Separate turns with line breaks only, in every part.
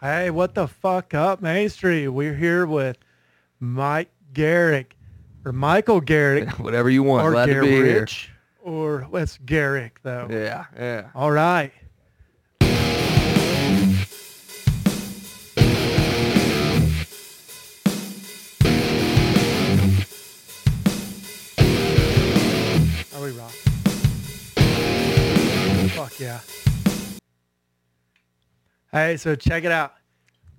Hey, what the fuck up, Main Street? We're here with Mike Garrick or Michael Garrick
Whatever you want.
or
Glad to be here.
Garrich or let's Garrick though.
Yeah, yeah.
All right. Are we rock? Fuck yeah. Hey, so check it out.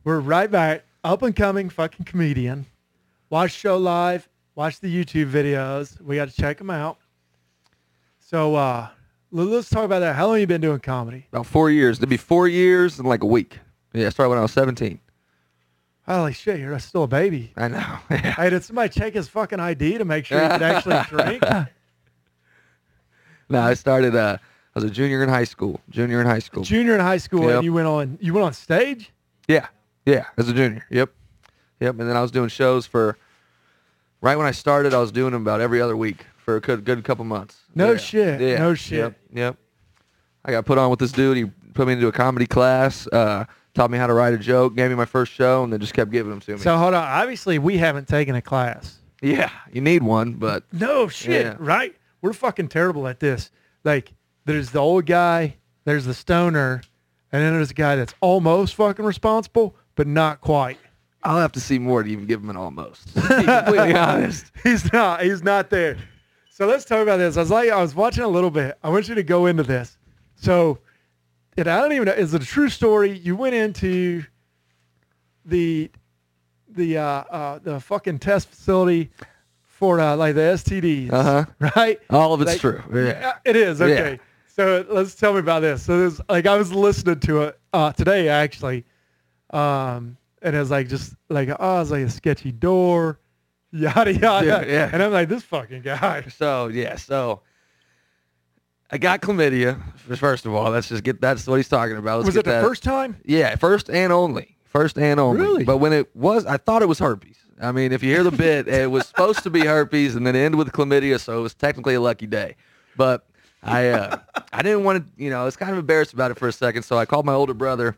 We're right back. Up and coming fucking comedian. Watch the show live. Watch the YouTube videos. We got to check them out. So uh, l- let's talk about that. How long you been doing comedy?
About four years. It'd be four years and like a week. Yeah, I started when I was 17.
Holy shit, you're still a baby.
I know. Yeah.
Hey, did somebody check his fucking ID to make sure he could actually drink?
No, I started, uh, I was a junior in high school. Junior in high school.
Junior in high school,
Yep.
and you went on. You went on stage.
yeah, yeah, as a junior. Yep. Yep. And then I was doing shows for, right when I started, I was doing them about every other week for a good, good couple months.
No
Yeah.
shit,
Yeah.
no
Yep,
shit.
yep. I got put on with this dude. He put me into a comedy class, uh, taught me how to write a joke, gave me my first show, and then just kept giving them to me.
So hold on. Obviously, we haven't taken a class.
yeah, you need one, but
No shit,
Yeah.
right? We're fucking terrible at this. Like, there's the old guy, there's the stoner, and then there's the guy that's almost fucking responsible, but not quite.
I'll have to see more to even give him an almost. To be completely honest.
He's not. He's not there. So let's talk about this. I was like, I was watching a little bit. I want you to go into this. So, and I don't even know. Is it a true story? You went into the the uh, uh, the fucking test facility for uh, like the STDs,
Uh-huh.
right?
All of it's
Like-
true. Yeah.
Yeah, it is.
Yeah.
Okay. So let's tell me about this. So there's like I was listening to it uh, today actually, um, and it was like just like oh, it's like a sketchy door, yada yada.
Yeah, yeah.
And I'm like this fucking guy.
So yeah, so I got chlamydia. First of all, let's just get that's what he's talking about. Let's
was
get
it the
that.
first time?
Yeah, first and only. First and only.
Really?
But when it was, I thought it was herpes. I mean, if you hear the bit, it was supposed to be herpes and then end with chlamydia, so it was technically a lucky day. But I, uh, I didn't want to, you know, I was kind of embarrassed about it for a second, so I called my older brother.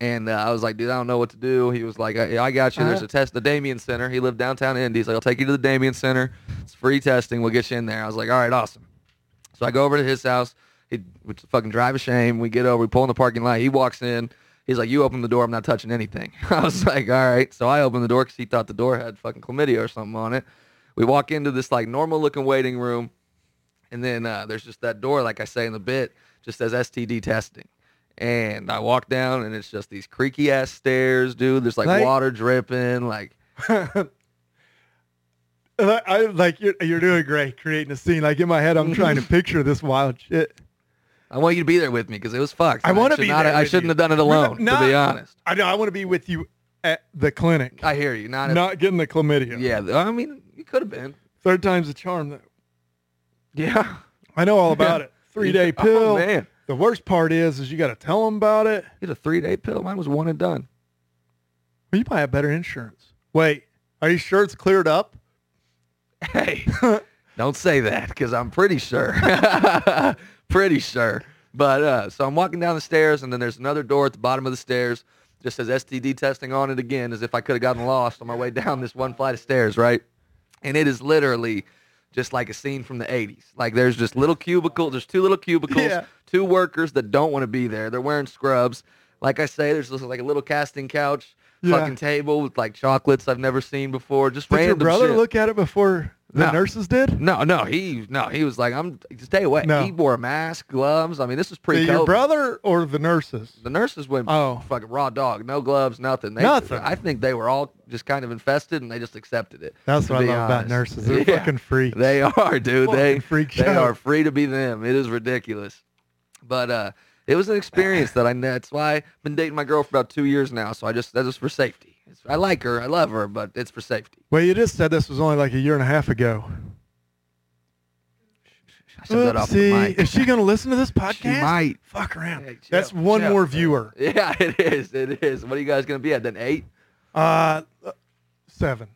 And uh, I was like, dude, I don't know what to do. He was like, I, I got you. There's a test, the Damien Center. He lived downtown Indy. He's like, I'll take you to the Damien Center. It's free testing. We'll get you in there. I was like, all right, awesome. So I go over to his house. He, which is a fucking drive of shame. We get over. We pull in the parking lot. He walks in. He's like, "You open the door. I'm not touching anything." I was like, "All right." So I opened the door because he thought the door had fucking chlamydia or something on it. We walk into this like normal looking waiting room, and then uh, there's just that door, like I say in the bit, just says STD testing. And I walk down, and it's just these creaky ass stairs, dude. There's like
Like-
water dripping, like
And I, I like you're you're doing great creating a scene. Like in my head, I'm trying to picture this wild shit.
I want you to be there with me because it was fucked.
I
and
want to
should
be
not-
there
I
with
shouldn't
you.
have done it alone,
No,
to be
no,
honest.
I know. I want to be with you at the clinic,
I hear you. Not, at-
not getting the chlamydia.
Yeah, th- I mean, you could have been.
Third time's a charm. Though.
Yeah.
I know all about it. Three day
Oh,
pill.
man.
The worst part is, is you got to tell them about it.
It's a three day pill. Mine was one and done.
Well, you might have better insurance. Wait, are you sure it's cleared up?
Hey, don't say that because I'm pretty sure. pretty sure. But uh, so I'm walking down the stairs and then there's another door at the bottom of the stairs. Just says STD testing on it again as if I could have gotten lost on my way down this one flight of stairs, right? And it is literally just like a scene from the 80s. Like there's just little cubicles. There's two little cubicles,
Yeah.
two workers that don't want to be there. They're wearing scrubs. Like I say, there's just like a little casting couch,
Yeah.
fucking table with like chocolates I've never seen before. Just
Did
random
your brother
shit.
look at it before the
No.
nurses did?
No, no, he no, he was like, I'm stay away.
No.
He wore a mask, gloves. I mean, this was
Did
pre
Your
COVID.
brother or the nurses?
the nurses went
Oh.
fucking raw dog, no gloves, nothing. They,
Nothing.
I think they were all just kind of infested and they just accepted it.
That's
to
what I
be
love about
honest.
nurses. They're
Yeah.
fucking freaks.
They are, dude. They
Fucking freak
they
show.
are free to be them. It is ridiculous. But uh it was an experience that I that's why I've been dating my girl for about two years now. So I just that was for safety. It's, I like her, I love her, but it's for safety.
well, you just said this was only like a year and a half ago.
I said that off the
Oopsie.
mic.
Is she going to listen to this podcast?
might.
Fuck around.
Hey, chill,
That's one
chill.
more viewer.
Yeah, it is. It is. What are you guys gonna be at then? Eight?
Uh, seven.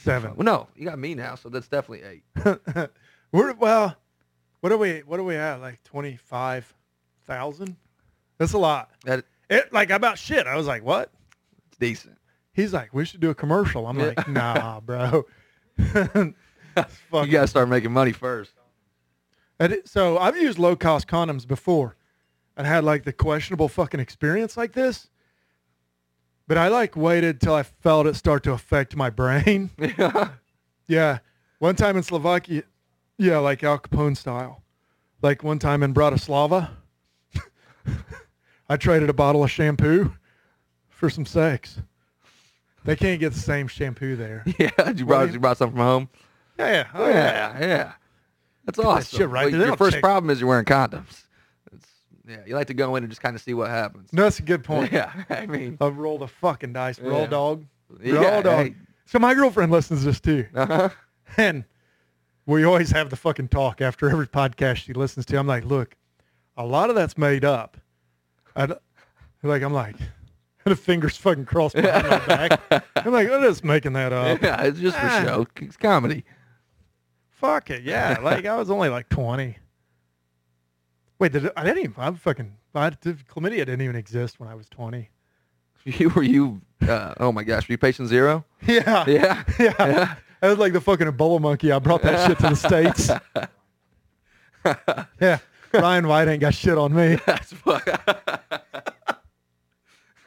Seven.
Well, no, you got me now, so that's definitely eight.
We're, well, what are we, what are we at? Like 25,000? That's a lot.
That
It like about shit. I was like, what?
It's decent.
He's like, we should do a commercial. I'm like, nah, bro. It's
You
fucking-
gotta start making money first.
And it- so I've used low cost condoms before and had like the questionable fucking experience like this. But I like waited till I felt it start to affect my brain. yeah. One time in Slovakia, yeah, like Al Capone style. Like one time in Bratislava, I traded a bottle of shampoo for some sex. They can't get the same shampoo there.
yeah, you
Well,
brought you brought something from home.
Yeah, yeah. Oh, yeah.
Yeah, yeah. That's
that
awesome.
shit right there.
But
They
Your
don't
first
check-
problem is you're wearing condoms. It's, yeah, you like to go in and just kind of see what happens.
No, that's a good point.
Yeah, I mean,
I roll the fucking dice. Roll
Yeah.
dog. Roll
yeah,
dog.
hey,
So my girlfriend listens to this too.
uh-huh.
And we always have the fucking talk after every podcast she listens to. I'm like, look, a lot of that's made up. I d- like, I'm like, and the fingers fucking crossed behind my back. I'm like, I'm just making that up.
yeah, it's just for
Ah.
show. It's comedy.
Fuck it. Yeah. Like I was only like 20. Wait, did it- I didn't even, I'm fucking, I, did- chlamydia didn't even exist when I was 20.
You were you? Uh, oh my gosh, were you patient zero?
Yeah.
Yeah,
Yeah. I was like the fucking Ebola monkey. I brought that shit to the States. yeah. Ryan White ain't got shit on me.
That's fuck.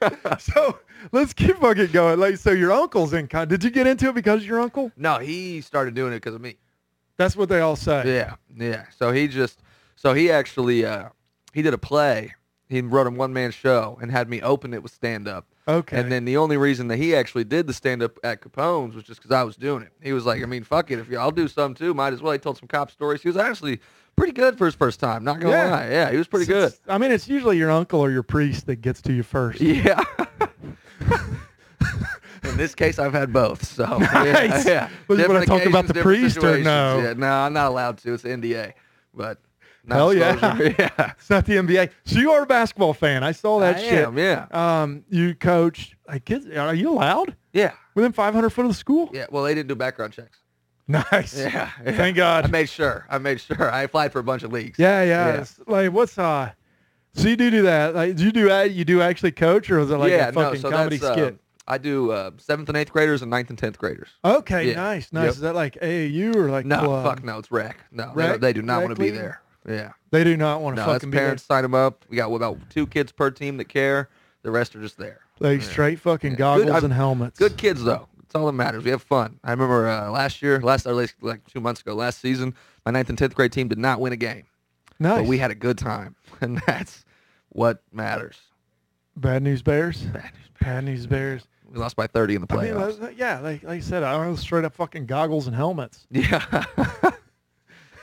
So let's keep fucking going. Like, so your uncle's in con. Did you get into it because of your uncle?
no, he started doing it because of me.
That's what they all say.
Yeah, yeah. So he just, so he actually, uh, he did a play. He wrote a one man show and had me open it with stand up.
Okay.
And then the only reason that he actually did the stand up at Capone's was just because I was doing it. He was like, I mean, fuck it. If y'all do some too, might as well. He told some cop stories. He was actually pretty good for his first time. Not gonna
Yeah.
lie. Yeah, he was pretty good.
It's- I mean, it's usually your uncle or your priest that gets to you first.
Yeah. In this case, I've had both. So
Nice.
yeah, yeah.
Well, you wanna
Different
talk about
occasions,
the
different
priest or
situations.
no?
Yeah, no, I'm not allowed to. It's NDA. But not
Hell yeah.
disclosure. yeah.
It's not the NBA. So you are a basketball fan. I saw that
I
shit.
am, yeah.
Um, you coached. Like, kids, are you allowed
Yeah.
within 500 foot of the school?
Yeah. Well, they didn't do background checks.
Nice.
Yeah. yeah.
Thank God.
I made sure. I made sure. I applied for a bunch of leagues.
Yeah, yeah.
Yeah.
It's Like, what's uh? So you do do that? Like, do you do that? You do actually coach, or is it like
yeah.
a fucking
no. So
comedy
that's.
skit?
um, I do uh, seventh and eighth graders and ninth and tenth graders.
okay,
yeah.
nice, nice.
Yep.
Is that like AAU or like
No,
club?
fuck no, it's rec. No, they
Rec-
don't- they do not
rec
want to be
league?
there. Yeah.
They do not want to
No, that's
fucking be
parents sign them up. We got about two kids per team that care. The rest are just there.
there. Like straight fucking goggles
I've-
and helmets.
Good kids though. That's all that matters. We have fun. I remember uh, last year, last or at least like two months ago, last season, my ninth and tenth grade team did not win a game,
nice.
but we had a good time, and that's what matters.
bad news bears.
Bad news.
Bad news bears.
We lost by thirty in the
I mean,
playoffs.
like- yeah, like like I said, I was straight up fucking goggles and helmets.
yeah.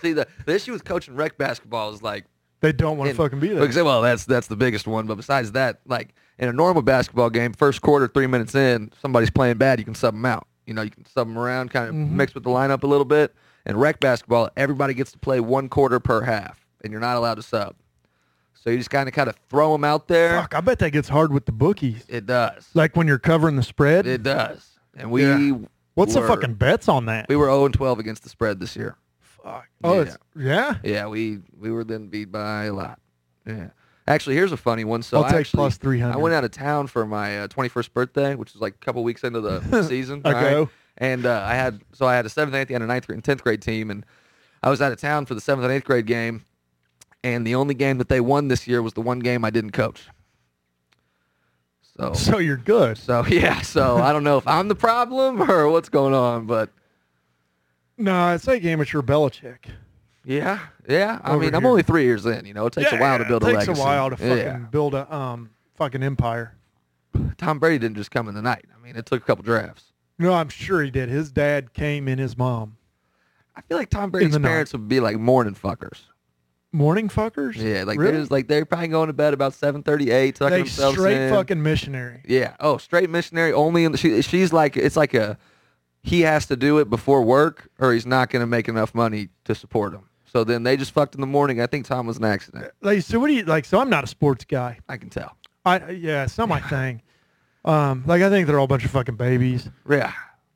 See the, the issue with coaching rec basketball is like
They don't want to
And-
fucking be there.
Because, well, that's that's the biggest one. But besides that, like in a normal basketball game, first quarter, three minutes in, somebody's playing bad, you can sub them out. You know, you can sub them around, kind of
Mm-hmm.
mix with the lineup a little bit. And rec basketball, everybody gets to play one quarter per half, and you're not allowed to sub. So you just kind of kind of throw them out there.
Fuck, I bet that gets hard with the bookies.
It does.
Like when you're covering the spread.
It does. And we
Yeah. What's
were-
the fucking bets on that?
We were 0 and 12 against the spread this year.
Fuck. Oh,
Yeah.
it's, yeah.
Yeah, we we were then beat by a lot. Yeah. Actually, here's a funny one. So
I'll
I
take
actually-
plus 300.
I went out of town for my uh, 21st birthday, which is like a couple weeks into the season. all
Okay.
And uh, I had so I had a seventh, eighth, and a ninth grade and tenth grade team, and I was out of town for the seventh and eighth grade game. And the only game that they won this year was the one game I didn't coach. So,
So you're good.
so yeah. So I don't know if I'm the problem or what's going on, but
No, it's like amateur Belichick.
yeah, yeah. I
Over
mean, I'm
here.
only three years in. You know, it takes a while to build
it
a
takes
legacy.
a while to fucking
Yeah.
build a um fucking empire.
Tom Brady didn't just come in the night. I mean, it took a couple drafts.
No, I'm sure he did. His dad came in his mom.
I feel like Tom Brady's
the night.
parents would be like morning fuckers.
Morning fuckers?
Yeah, like
Really?
they're just, like they're probably going to bed about seven thirty eight, tucking
they
themselves
straight
in.
fucking missionary.
yeah. Oh, straight missionary only. In the, she, she's like it's like a he has to do it before work or he's not going to make enough money to support him. So then they just fucked in the morning. I think Tom was an accident.
Like so what do you like so I'm not a sports guy.
I can tell.
I yeah, it's not my thing. Um like I think they're all a bunch of fucking babies.
Yeah.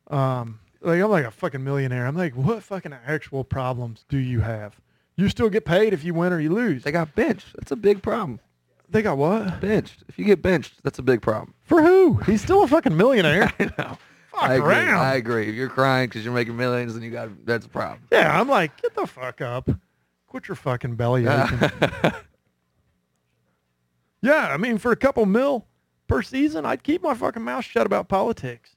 Um like I'm like a fucking millionaire. I'm like, what fucking actual problems do you have? You still get paid if you win or you lose.
They got benched. That's a big problem.
They got what?
Benched. If you get benched, that's a big problem.
For who? He's still a fucking millionaire.
I know.
Fuck
I agree.
around.
I agree. If you're crying because you're making millions, then you got that's a problem.
yeah, I'm like, get the fuck up. Quit your fucking belly aching. yeah, I mean, for a couple mil per season, I'd keep my fucking mouth shut about politics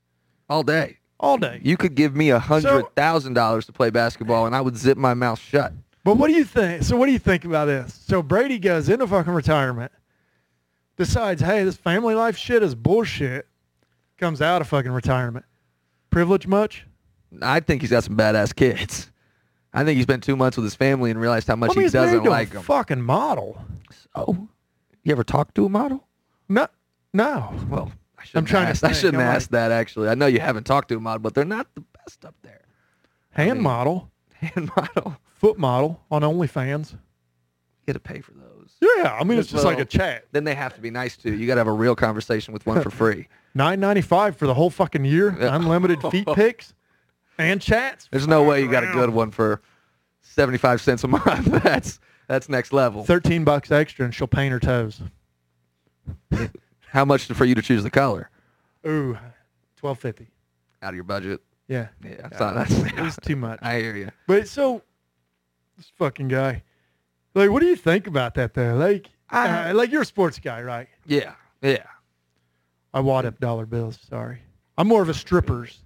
All day.
all day.
You could give me a
So-
hundred thousand dollars to play basketball, and I would zip my mouth shut.
But what do you think? So what do you think about this? So Brady goes into fucking retirement, decides, hey, this family life shit is bullshit, comes out of fucking retirement. Privilege much?
I think he's got some badass kids. I think he spent two months with his family and realized how much
I mean,
he
he's married
doesn't
to a
like them.
Fucking model.
Oh, you ever talked to a model?
No, no.
Well, I shouldn't
trying to
ask, I
think.
shouldn't
I'm like-
ask that actually. I know you haven't talked to a model, but they're not the best up there.
Hand
mean-
model,
Hand model,
foot model on OnlyFans.
you got to pay for those.
Yeah, I mean, it's
Just
just like a
little-
chat.
Then they have to be nice to you. You got to have a real conversation with one for free.
Nine ninety five for the whole fucking year,
Yeah.
unlimited feet pics and chats.
There's no way you got a good one for seventy-five cents a month. That's that's next level.
Thirteen bucks extra, and she'll paint her toes.
How much for you to choose the color
Ooh, twelve fifty.
out of your budget?
Yeah,
Yeah, that's not that's.
it was too much.
I hear you.
But so this fucking guy, like, what do you think about that though? Like,
I-
uh, like you're a sports guy, right?
Yeah, yeah.
I wad up dollar bills. Sorry, I'm more of a strippers.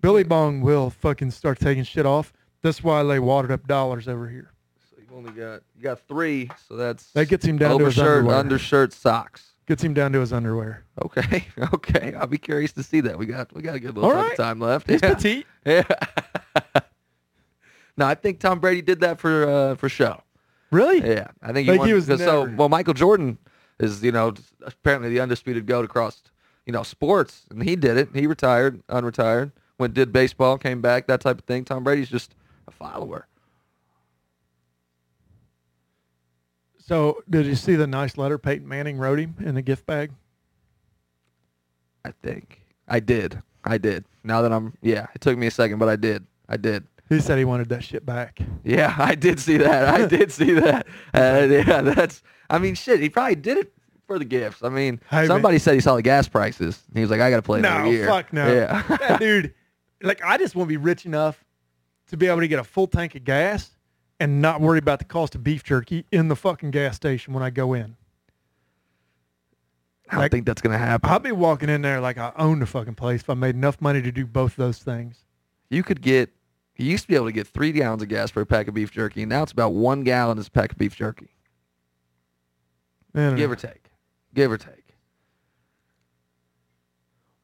Billy Bong will fucking start taking shit off. That's why I lay wadded up dollars over here.
So you've only got you got three. So that's
That gets him down to his
overshirt,
underwear.
undershirt, socks.
Gets him down to his underwear.
Okay, okay. I'll be curious to see that. We got we got a good little
All
chunk of
right.
time left.
He's
yeah.
petite.
yeah. no, I think Tom Brady did that for uh, for show.
Really?
Yeah, I think he,
Like
won,
he was
'cause so.
never-
Well, Michael Jordan is you know apparently the undisputed goat across you know sports, and he did it. He retired, unretired, went did baseball, came back, that type of thing. Tom Brady's just a follower.
So did you see the nice letter Peyton Manning wrote him in the gift bag?
I think I did. I did. Now that I'm yeah, it took me a second, but I did. I did.
He said he wanted that shit back.
Yeah, I did see that. I did see that. Uh, yeah, that's. I mean, shit. He probably did it for the gifts. I mean,
Hey, man.
somebody said he saw the gas prices. and He was like, I got to play another
No,
year.
fuck no.
Yeah.
That dude, like, I just want to be rich enough to be able to get a full tank of gas and not worry about the cost of beef jerky in the fucking gas station when I go in.
I don't
Like-
think that's gonna happen.
I'll be walking in there like I own the fucking place if I made enough money to do both those things.
You could get. You used to be able to get three gallons of gas for a pack of beef jerky, and now it's about one gallon is a pack of beef jerky,
I don't know.
give or take, give or take.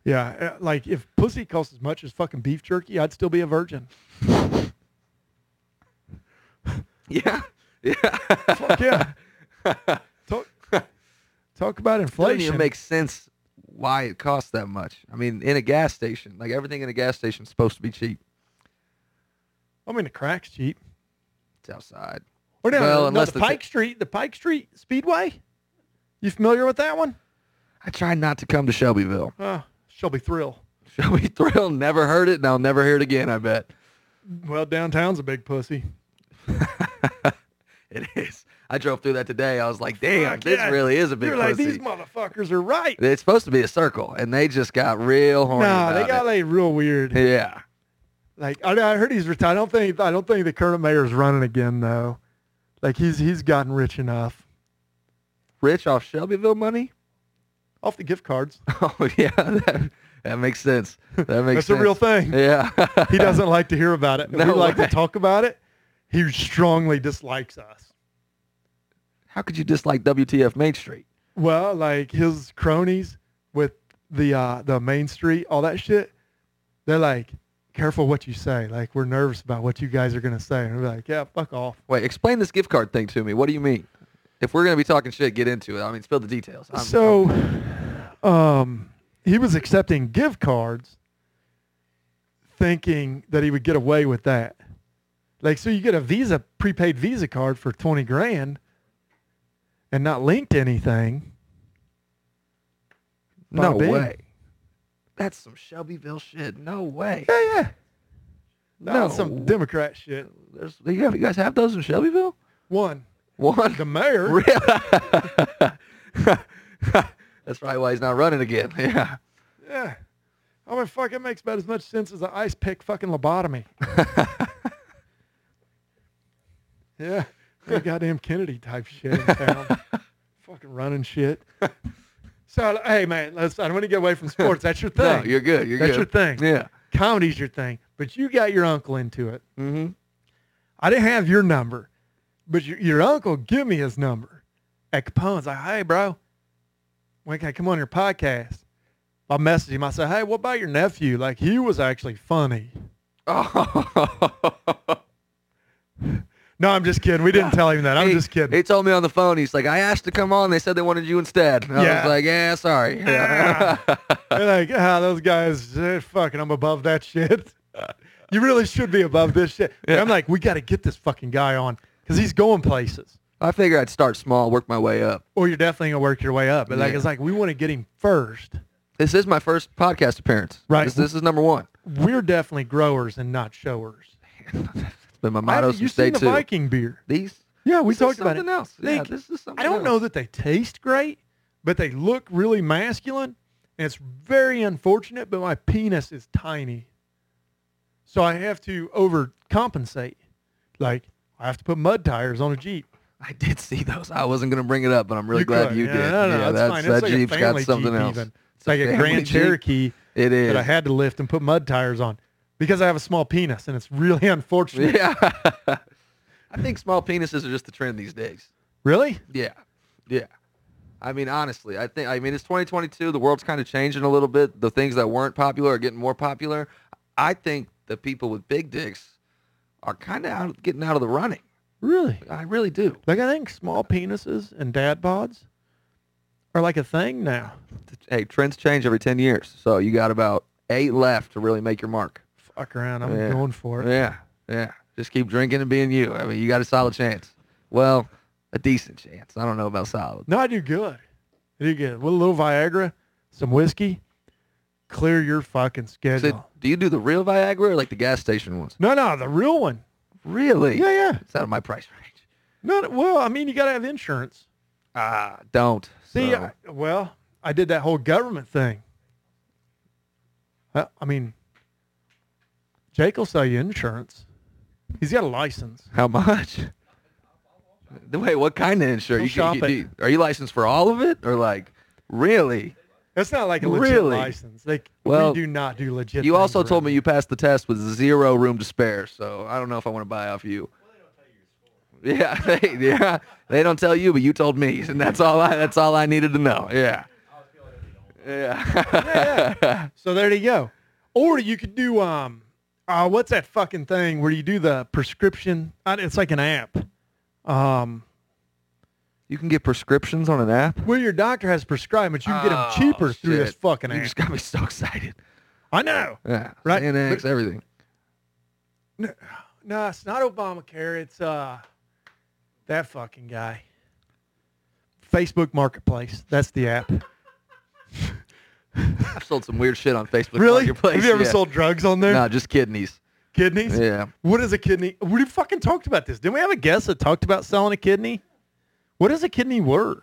Yeah, uh, like if pussy costs as much as fucking beef jerky, I'd still be a virgin.
Yeah, yeah.
Fuck yeah. talk, talk about
doesn't
inflation.
even make sense why it costs that much. I mean, in a gas station, like everything in a gas station is supposed to be cheap.
I mean, the crack's cheap.
It's outside.
Or no,
Well,
no,
unless
the
the-
Pike Street, the Pike Street Speedway. You familiar with that one?
I try not to come to Shelbyville.
Uh, Shelby Thrill.
Shelby Thrill never heard it, and I'll never hear it again. I bet
Well, downtown's a big pussy.
it is. I drove through that today. I was like, "Damn,
Fuck
this
yeah.
really is a big
You're like,
pussy."
these motherfuckers are right.
it's supposed to be a circle, and they just got real horny.
Nah, they
about
got
it.
like real weird.
yeah.
Like I, I heard he's retired. I don't think I don't think the current mayor's running again though. Like he's he's gotten rich enough
Rich off Shelbyville money?
off the gift cards.
Oh yeah, that, that makes sense. That makes
That's a real
sense.
thing.
Yeah.
He doesn't like to hear about it.
No
we like
way.
to talk about it. He strongly dislikes us.
How could you dislike WTF Main Street?
Well, like his cronies with the uh, the main street, all that shit. They're like, careful what you say. Like we're nervous about what you guys are gonna say. And we're like, yeah, fuck off.
Wait, explain this gift card thing to me. What do you mean? If we're gonna be talking shit, get into it. I mean, spill the details. I'm-
so, um, he was accepting gift cards, thinking that he would get away with that. Like, so you get a Visa prepaid Visa card for twenty grand, and not linked to anything.
no
Bada bing.
way. That's some Shelbyville shit. No way.
Yeah, yeah.
No.
Not some Democrat shit.
There's, you, have, you guys have those in Shelbyville?
One,
One.
the mayor.
Really? That's probably why he's not running again. Yeah.
Yeah. I mean, fuck, it makes about as much sense as an ice pick fucking lobotomy. yeah. That goddamn Kennedy type shit in town. fucking running shit. So, hey, man, let's, I don't want to get away from sports. That's your thing.
No, you're good. You're
That's
good.
your thing.
Yeah.
Comedy's your thing. But you got your uncle into it.
Mm-hmm.
I didn't have your number, but your, your uncle give me his number at Capone's. Like, hey, bro, when can I come on your podcast? I messaged him. I said, hey, what about your nephew? Like, he was actually funny.
Oh.
No, I'm just kidding. We didn't tell him that. I'm
He-
just kidding.
He told me on the phone. He's like, I asked to come on. They said they wanted you instead. And I
Yeah.
was like, yeah, sorry.
Yeah.
Yeah.
They're like, ah, those guys, eh, fucking, I'm above that shit. You really should be above this shit.
Yeah.
I'm like, we got to get this fucking guy on because he's going places.
I figure I'd start small, work my way up.
Or you're definitely going to work your way up. But like,
Yeah.
it's like, we want to get him first.
This is my first podcast appearance.
Right.
This, this is number one.
We're definitely growers and not showers.
It's been my
I
motto
haven't- you
since day
seen the
two.
Viking beer?
These.
Yeah, we
this is
talked about it.
something else. Yeah,
Like,
this is something
I don't
else.
know that they taste great, but they look really masculine, and it's very unfortunate. But my penis is tiny, so I have to overcompensate. Like I have to put mud tires on a jeep.
I did see those. I wasn't gonna bring it up, but I'm really
You
glad
could-
you
yeah,
did.
No, no,
yeah,
that's fine. It's
that's, that
like a
Jeep's got
family
something
Jeep
else.
even. It's like a
family
Grand
Jeep.
Cherokee
It
that I
is.
had to lift and put mud tires on because I have a small penis, and it's really unfortunate.
Yeah. I think small penises are just the trend these days.
Really?
Yeah. Yeah. I mean, honestly, I think, I mean, it's 2022. The world's kind of changing a little bit. The things that weren't popular are getting more popular. I think the people with big dicks are kind of out, getting out of the running.
Really?
I really do.
Like I think small penises and dad bods are like a thing now.
Hey, trends change every 10 years. So you got about eight left to really make your mark.
Fuck around, I'm
Yeah.
going for it.
Yeah. Yeah. Just keep drinking and being you. I mean, you got a solid chance. Well, a decent chance. I don't know about solid.
No, I do good. I do good. With a little Viagra, some whiskey, clear your fucking schedule.
So, do you do the real Viagra or like the gas station ones?
no, no, the real one.
Really?
Yeah, yeah.
It's out of my price range.
No, no, well, I mean, you got to have insurance.
Ah, don't.
See,
So,
I, well, I did that whole government thing. I, I mean, Jake will sell you insurance. He's got a license.
how much? Wait, what kind of
Go
insurance? You,
shop
you,
it.
you, are you licensed for all of it, or like, really?
That's not like a legit
Really?
license. Like
Well,
we do not do legit.
You
things
also told
around
me
here.
you passed the test with zero room to spare, so I don't know if I want to buy off you. Yeah, they, yeah, they don't tell you, but you told me, and that's all. I, that's all I needed to know. Yeah. Yeah.
yeah, yeah. So there you go. Or you could do um, uh, what's that fucking thing where you do the prescription? I- It's like an app. Um,
you can get prescriptions on an app.
where your doctor has prescribed, but you can get them
Oh,
cheaper through this
shit.
fucking
You
app.
just got me so excited.
I know.
Yeah.
Right,
Xanax,
but-
everything.
No, it's not Obamacare. It's uh, that fucking guy. Facebook Marketplace. That's the app.
I've sold some weird shit on Facebook
really?
Marketplace.
Have you ever
yeah.
sold drugs on there?
No, just kidneys.
Kidneys.
Yeah.
What is a kidney? We fucking talked about this. Didn't we have a guest that talked about selling a kidney? What is a kidney worth?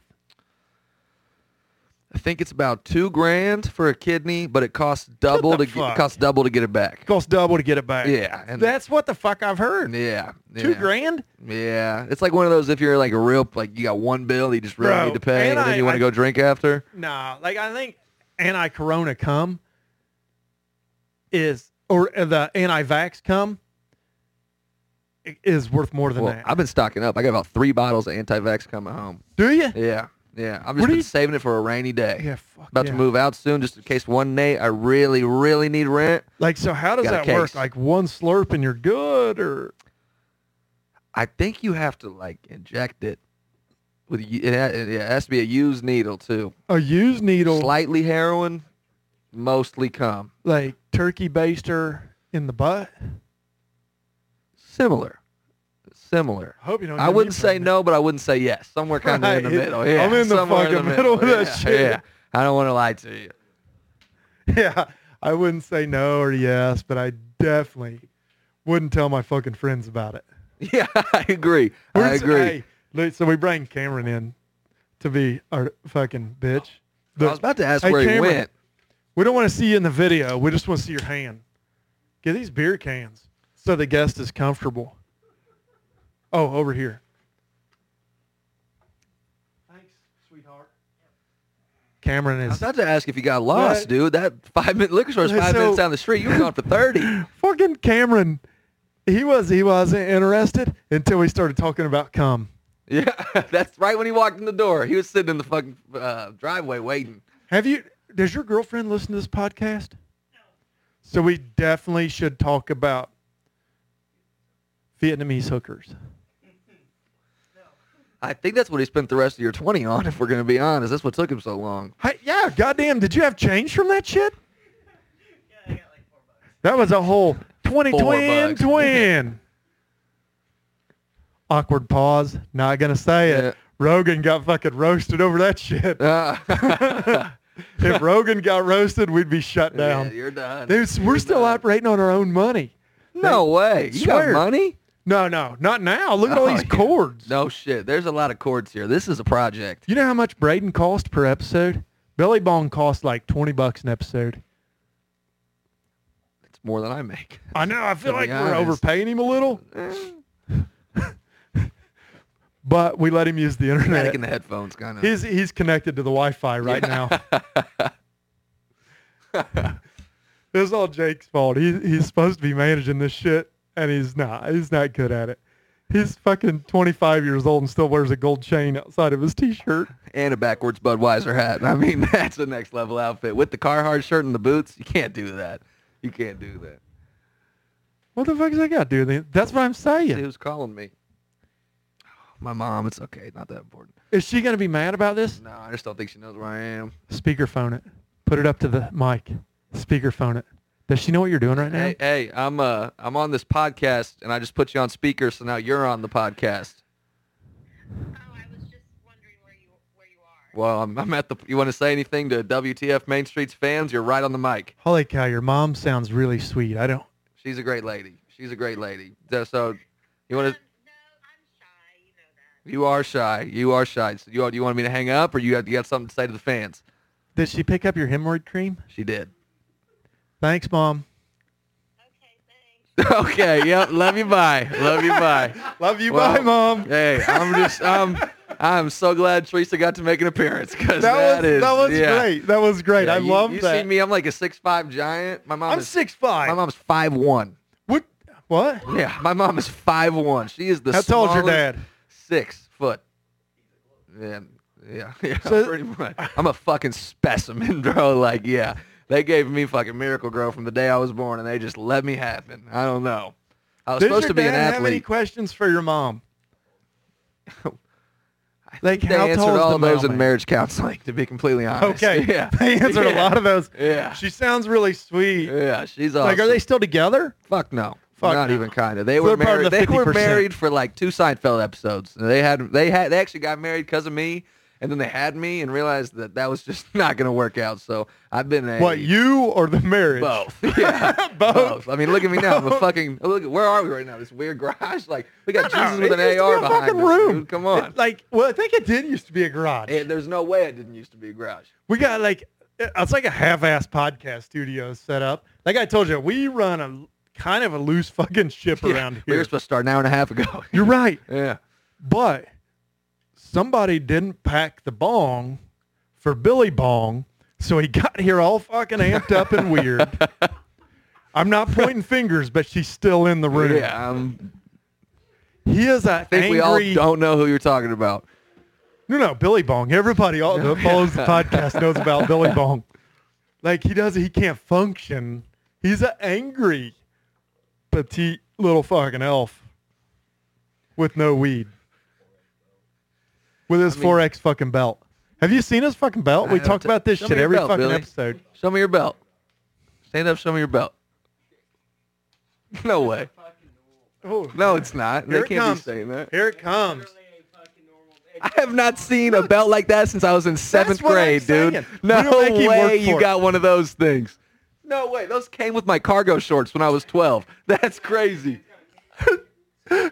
I think it's about two grand for a kidney, but it costs double
the
to get,
fuck?
it costs double to get it back.
costs double to get it back.
Yeah, and-
that's what the fuck I've heard.
Yeah. yeah.
Two grand,
Yeah. It's like one of those if you're like a real like you got one bill you just really
Bro,
need to
and
pay and, then
I-
you want
I-
to go drink after.
nah. Like I think anti-corona come is or the anti-vax come i- is worth more than
Well,
that.
I've been stocking up. I got about three bottles of anti-vax coming home.
Do you?
Yeah. Yeah.
What
I've just
do
been
you-
saving it for a rainy day.
Yeah, fuck.
About
yeah.
to move out soon, just in case one day I really, really need rent.
Like so, how does
Got a
that work?
case.
Like one slurp and you're good, or
I think you have to like inject it with y- it ha- it has to be a used needle too.
a used needle,
Slightly heroin, mostly cum.
like turkey baster in the butt.
Similar, similar.
I hope you don't.
I
get me
wouldn't say
pregnant.
no, but I wouldn't say yes. Somewhere kind of in the
Right.
middle. Yeah,
I'm in the
somewhere
fucking middle of that
yeah,
shit.
Yeah, I don't want to lie to you.
Yeah, I wouldn't say no or yes, but I definitely wouldn't tell my fucking friends about it.
Yeah, I agree. I
We're-
agree.
hey, look, so we bring Cameron in to be our fucking bitch. The-
I was about to ask
Hey,
where he
Cameron.
went.
We don't want to see you in the video. We just want to see your hand. Get these beer cans so the guest is comfortable. Oh, over here. Thanks, sweetheart. Cameron
I was
is
about to ask if you got lost,
What?
dude. That five minute liquor store is
Okay,
five minutes
so-
down the street. You were gone for thirty.
fucking Cameron. He was he wasn't interested until we started talking about cum.
Yeah, that's right when he walked in the door. He was sitting in the fucking uh, driveway waiting.
Have you? Does your girlfriend listen to this podcast? No. So we definitely should talk about Vietnamese hookers.
I think that's what he spent the rest of your 20 on, if we're going to be honest. That's what took him so long.
Hey, yeah, goddamn! Did you have change from that shit? That was a whole twenty
Four
twin
bucks.
twin. Awkward pause. Not gonna say it.
Yeah.
Rogan got fucking roasted over that shit.
Uh,
if Rogan got roasted, we'd be shut down.
yeah, you're done.
Dude, we're still operating on our own money.
No way. You
Swear.
got money?
No, no, not now. Look at all
Oh,
these
yeah.
cords.
No shit. There's a lot of chords here. This is a project.
You know how much Braden cost per episode? Billy Bong cost like twenty bucks an episode.
It's more than I make.
I know. I feel
To be
like we're
honest.
overpaying him a little, but we let him use the
Panic in
internet.
the headphones, kind of.
He's he's connected to the Wi-Fi right now. this is all Jake's fault. He, he's supposed to be managing this shit, and he's not. He's not good at it. He's fucking 25 years old and still wears a gold chain outside of his t-shirt.
And a backwards Budweiser hat. I mean, that's the next level outfit. With the Carhartt shirt and the boots, you can't do that. You can't do that.
What the fuck does that got to do? with it? That's what I'm
See
saying.
who's calling me. Oh, My mom. It's okay. Not that important.
Is she gonna be mad about this?
No, I just don't think she knows where I am.
Speakerphone it. Put it up to the mic. Speakerphone it. Does she know what you're doing right now?
Hey, hey, I'm uh, I'm on this podcast, and I just put you on speaker, so now you're on the podcast.
Oh, I was just wondering where you where you are.
Well, I'm, I'm at the. You want to say anything to WTF Main Street's fans? You're right on the mic.
Holy cow, your mom sounds really sweet. I don't.
She's a great lady. She's a great lady. So- So, you want to?
Um, no, I'm shy. You know that.
You are shy. You are shy. So you, do you want me to hang up, or you got you got something to say to the fans?
Did she pick up your hemorrhoid cream?
She did.
Thanks, mom.
Okay, thanks.
okay. Yep. Love you. Bye. Love you. Bye.
Love you,
Well,
bye, mom.
Hey, I'm just um, I'm so glad Teresa got to make an appearance because
that was that was
yeah.
great. That was great.
Yeah,
I
you,
love
you
that.
see me? I'm like a six five giant. My mom
I'm
is
six
my
five.
mom's five one.
What? What?
Yeah, my mom is five one. She is the
How tall's your
smallest-
dad?
Six foot. Yeah, yeah, yeah.
So-
pretty much. I'm a fucking specimen, bro. Like, yeah, they gave me fucking Miracle Grow from the day I was born, and they just let me happen. I don't know. I was
Does
supposed
your
to be an
dad Have any
athlete.
questions for your mom? Like
they
how
answered
tall is
all
the
those in
mailman?
marriage counseling, to be completely honest.
Okay.
Yeah.
They answered a
Yeah.
lot of those.
Yeah.
She sounds really sweet.
Yeah, she's awesome.
Like, are they still together?
Fuck no.
Fuck
Not
no.
even kind of. They
They're
were
part of
married.
the
They were
50%.
married for like two Seinfeld episodes. They had they had they actually got married because of me, and then they had me and realized that that was just not going to work out. So I've been a
What you or the marriage?
both. Yeah,
Both.
I mean, look at me now. I'm a
Both.
fucking. Look, at- where are we right now? This weird garage. Like we got
No,
Jesus
it
with
used
an
to
AR
be a
behind
fucking
us,
room.
dude. Come on.
It- like, well, I think it did used to be a garage.
And there's no way it didn't used to be a garage.
we got like uh, it's like a half-ass podcast studio set up. Like I told you, we run a kind of a loose fucking ship
Yeah,
around
We
here.
were supposed to start an hour and a half ago.
You're right,
yeah.
but somebody didn't pack the bong for Billy Bong, so he got here all fucking amped up and weird. I'm not pointing fingers, but she's still in the room.
Yeah. um,
He is a
I think
angry.
we all don't know who you're talking about.
No, no, Billy Bong. Everybody all that follows the podcast knows about Billy Bong. Like he does, he can't function. He's an angry, petite little fucking elf with no weed, with his
I mean-
4x fucking belt. Have you seen his fucking belt?
I
We
don't
talk
t-
about this
show
shit
me your
every
belt,
fucking
Billy.
episode.
Show me your belt. Stand up, show me your belt. No way.
Oh,
No, it's not.
Here
they
it
can't
comes.
be saying that.
Here it comes.
I have not seen a belt like that since I was in seventh
what I'm
grade, dude.
saying. We
No
don't make you work
way
for
you
it.
got one of those things. No way. Those came with my cargo shorts when I was 12. That's crazy.
Papa John's